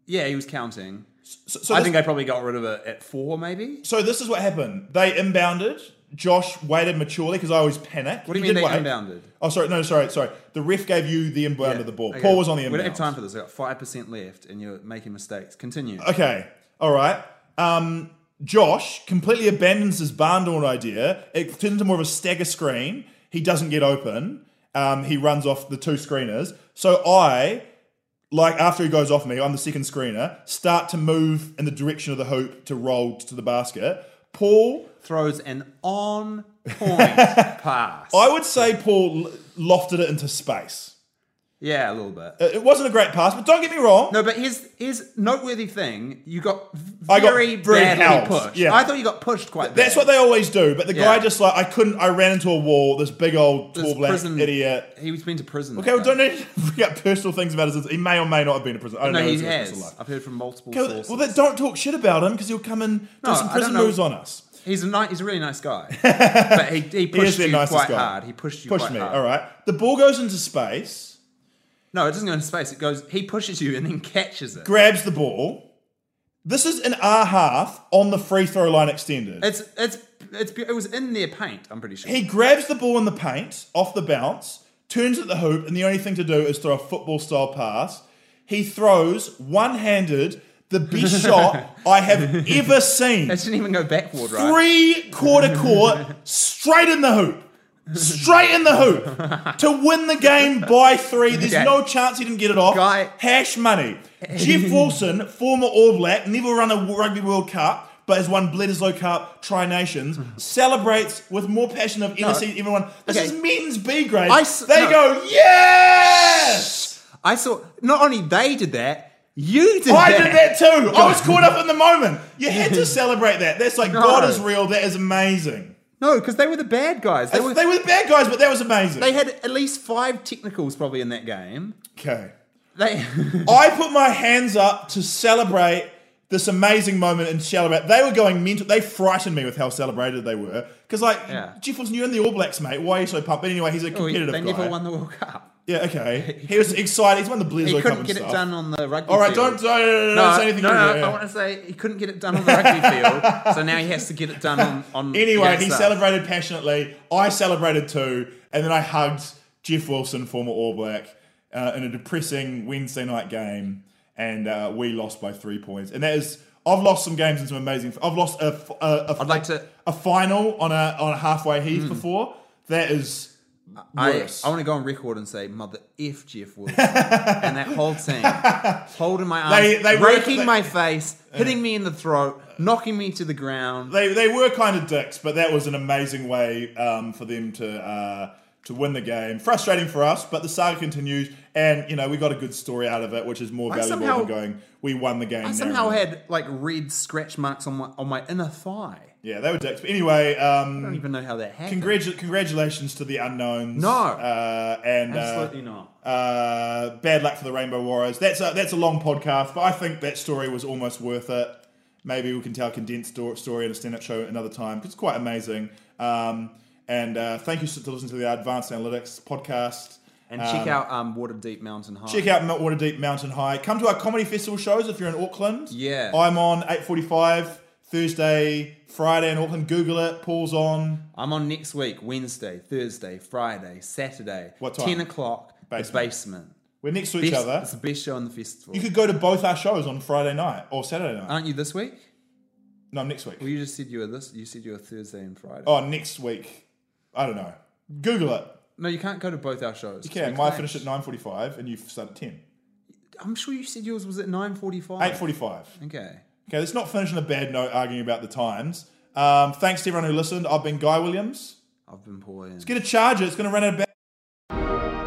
[SPEAKER 1] Yeah, he was counting.
[SPEAKER 2] So, so
[SPEAKER 1] I
[SPEAKER 2] this-
[SPEAKER 1] think I probably got rid of it at four, maybe.
[SPEAKER 2] So this is what happened. They inbounded. Josh waited maturely because I always panic.
[SPEAKER 1] What do you
[SPEAKER 2] He
[SPEAKER 1] mean they
[SPEAKER 2] did wait.
[SPEAKER 1] inbounded?
[SPEAKER 2] Oh, sorry. No, sorry, sorry. The ref gave you the inbound
[SPEAKER 1] Yeah,
[SPEAKER 2] of the ball.
[SPEAKER 1] okay.
[SPEAKER 2] Paul was on the inbound.
[SPEAKER 1] We don't have time for this. I got five percent left, and you're making mistakes. Continue.
[SPEAKER 2] Okay. All right. Um, Josh completely abandons his barn door idea. It turns into more of a stagger screen. He doesn't get open. Um, he runs off the two screeners. So I, like after he goes off me, I'm the second screener, start to move in the direction of the hoop to roll to the basket. Paul
[SPEAKER 1] Throws an on point pass.
[SPEAKER 2] I would say Paul l- lofted it into space.
[SPEAKER 1] Yeah, a little bit.
[SPEAKER 2] It it wasn't a great pass, but don't get me wrong.
[SPEAKER 1] No, but his his noteworthy thing, you got
[SPEAKER 2] I got
[SPEAKER 1] very
[SPEAKER 2] very
[SPEAKER 1] badly
[SPEAKER 2] helped,
[SPEAKER 1] pushed.
[SPEAKER 2] yeah.
[SPEAKER 1] I thought you got pushed quite bad.
[SPEAKER 2] That's what they always do. But the guy
[SPEAKER 1] Yeah.
[SPEAKER 2] just like I couldn't. I ran into a wall. This big old
[SPEAKER 1] This
[SPEAKER 2] tall black
[SPEAKER 1] prison-
[SPEAKER 2] idiot.
[SPEAKER 1] He was been to prison.
[SPEAKER 2] Okay,
[SPEAKER 1] that
[SPEAKER 2] well,
[SPEAKER 1] guy.
[SPEAKER 2] don't need to bring up personal things about his. He may or may not have been to prison. I don't
[SPEAKER 1] No,
[SPEAKER 2] know.
[SPEAKER 1] he
[SPEAKER 2] his personal
[SPEAKER 1] has.
[SPEAKER 2] life.
[SPEAKER 1] I've heard from multiple
[SPEAKER 2] Okay, well,
[SPEAKER 1] sources.
[SPEAKER 2] well, then don't talk shit about him because he'll come and do
[SPEAKER 1] No,
[SPEAKER 2] some
[SPEAKER 1] I
[SPEAKER 2] prison
[SPEAKER 1] don't know.
[SPEAKER 2] moves on us.
[SPEAKER 1] he's a ni- he's a really nice guy, but he, he pushed
[SPEAKER 2] the
[SPEAKER 1] you
[SPEAKER 2] nicest
[SPEAKER 1] quite
[SPEAKER 2] guy.
[SPEAKER 1] hard. He pushed you
[SPEAKER 2] Push
[SPEAKER 1] quite
[SPEAKER 2] me.
[SPEAKER 1] hard.
[SPEAKER 2] All right. The ball goes into space,
[SPEAKER 1] No, it doesn't go into space. It goes. He pushes you and then catches it.
[SPEAKER 2] grabs the ball. This is in our half on the free throw line extended.
[SPEAKER 1] It's it's it's be- it was in their paint. I'm pretty sure.
[SPEAKER 2] He grabs the ball in the paint off the bounce, turns at the hoop, and the only thing to do is throw a football style pass. He throws one handed the best shot I have ever seen.
[SPEAKER 1] it didn't even go backward, right?
[SPEAKER 2] Three quarter court, straight in the hoop. Straight in the hoop to win the game by three. There's
[SPEAKER 1] Okay.
[SPEAKER 2] no chance he didn't get it off.
[SPEAKER 1] Guy-
[SPEAKER 2] Hash money. Jeff Wilson, former All Black, never run a Rugby World Cup, but has won Bledisloe Cup, Tri Nations, celebrates with more passion I've ever seen everyone. This
[SPEAKER 1] Okay.
[SPEAKER 2] is men's B grade.
[SPEAKER 1] I s-
[SPEAKER 2] they
[SPEAKER 1] no.
[SPEAKER 2] go, yes!
[SPEAKER 1] I saw. Not only they did that, you did.
[SPEAKER 2] I
[SPEAKER 1] that.
[SPEAKER 2] did that too. I was caught up in the moment. You had to celebrate that. That's like,
[SPEAKER 1] No.
[SPEAKER 2] God is real. That is amazing.
[SPEAKER 1] No, because they were the bad guys. They
[SPEAKER 2] They
[SPEAKER 1] were.
[SPEAKER 2] were, the bad guys, but that was amazing.
[SPEAKER 1] They had at least five technicals probably in that game.
[SPEAKER 2] okay.
[SPEAKER 1] They
[SPEAKER 2] I put my hands up to celebrate this amazing moment in Shalabat. They were going mental. They frightened me with how celebrated they were. Because, like,
[SPEAKER 1] Yeah. Oh,
[SPEAKER 2] Jeff Wilson, you're in the All Blacks, mate. Why are you so pumped? But anyway, he's a
[SPEAKER 1] they
[SPEAKER 2] competitive guy.
[SPEAKER 1] never won the World Cup.
[SPEAKER 2] Yeah, okay. He was excited. He's won the Blizzard
[SPEAKER 1] He
[SPEAKER 2] Cup
[SPEAKER 1] couldn't
[SPEAKER 2] and
[SPEAKER 1] get
[SPEAKER 2] stuff.
[SPEAKER 1] it done on the rugby.
[SPEAKER 2] All right,
[SPEAKER 1] field.
[SPEAKER 2] don't, don't, don't- don't say anything.
[SPEAKER 1] no,
[SPEAKER 2] Yeah,
[SPEAKER 1] no,
[SPEAKER 2] yeah.
[SPEAKER 1] I want to say he couldn't get it done on the rugby field, so now he has to get it done on. on
[SPEAKER 2] Anyway,
[SPEAKER 1] against
[SPEAKER 2] he
[SPEAKER 1] us.
[SPEAKER 2] celebrated passionately. I celebrated too, and then I hugged Jeff Wilson, former All Black, uh, in a depressing Wednesday night game, and uh, we lost by three points. And that is, I've lost some games and some amazing. I've lost a f- a- a
[SPEAKER 1] I'd like Hmm. to-
[SPEAKER 2] a final on a on a halfway heave before. That is
[SPEAKER 1] I,
[SPEAKER 2] worse.
[SPEAKER 1] I want to go on record and say, "Mother f Jeff Wilson and that whole team holding my arms,
[SPEAKER 2] They- they were-
[SPEAKER 1] raking
[SPEAKER 2] they-
[SPEAKER 1] my face, hitting me in the throat, knocking me to the ground."
[SPEAKER 2] they they were kind of dicks, but that was an amazing way um, for them to uh, to win the game. Frustrating for us, but the saga continues, and you know we got a good story out of it, which is more
[SPEAKER 1] I
[SPEAKER 2] valuable
[SPEAKER 1] somehow-
[SPEAKER 2] than going we won the game.
[SPEAKER 1] I somehow
[SPEAKER 2] narrative.
[SPEAKER 1] had like red scratch marks on my on my inner thigh.
[SPEAKER 2] yeah, they were dicks. But anyway,
[SPEAKER 1] I
[SPEAKER 2] um,
[SPEAKER 1] don't even know how that happened.
[SPEAKER 2] congratu- congratulations to the unknowns.
[SPEAKER 1] No.
[SPEAKER 2] uh, and uh,
[SPEAKER 1] Absolutely not.
[SPEAKER 2] Uh, bad luck for the Rainbow Warriors. That's a, that's a long podcast, but I think that story was almost worth it. Maybe we can tell a condensed sto- story in a stand-up show another time. 'cause It's quite amazing. Um, and uh, thank you to listen to the Advanced Analytics podcast.
[SPEAKER 1] And check out um, Water Deep Mountain High.
[SPEAKER 2] Check out Mount Waterdeep Mountain High. Come to our comedy festival shows if you're in Auckland.
[SPEAKER 1] Yeah.
[SPEAKER 2] I'm on 8:45 Thursday, Friday in Auckland. Google it. Paul's on.
[SPEAKER 1] I'm on next week, Wednesday, Thursday, Friday, Saturday.
[SPEAKER 2] What time?
[SPEAKER 1] 10 o'clock, the
[SPEAKER 2] Basement.
[SPEAKER 1] basement.
[SPEAKER 2] We're next to each
[SPEAKER 1] Best,
[SPEAKER 2] other.
[SPEAKER 1] It's the best show on the festival.
[SPEAKER 2] You could go to both our shows on Friday night or Saturday night.
[SPEAKER 1] Aren't you this week?
[SPEAKER 2] no, next week.
[SPEAKER 1] Well, you just said you were this. You said you were Thursday and Friday.
[SPEAKER 2] Oh, next week. I don't know. Google it.
[SPEAKER 1] No, you can't go to both our shows.
[SPEAKER 2] You can. Mine finished at 9.45 and you start at 10.
[SPEAKER 1] I'm sure you said yours was at 9.45.
[SPEAKER 2] 8.45.
[SPEAKER 1] Okay.
[SPEAKER 2] Okay, let's not finish on a bad note arguing about the times. Um, thanks to everyone who listened. I've been Guy Williams.
[SPEAKER 1] I've been poor.
[SPEAKER 2] Let's get a charger. It's going to run out of battery.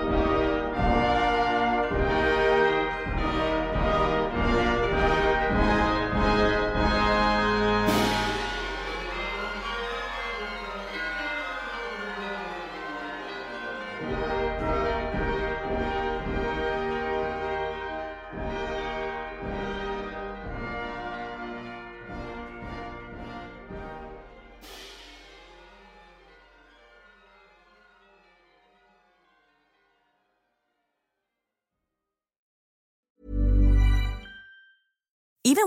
[SPEAKER 7] even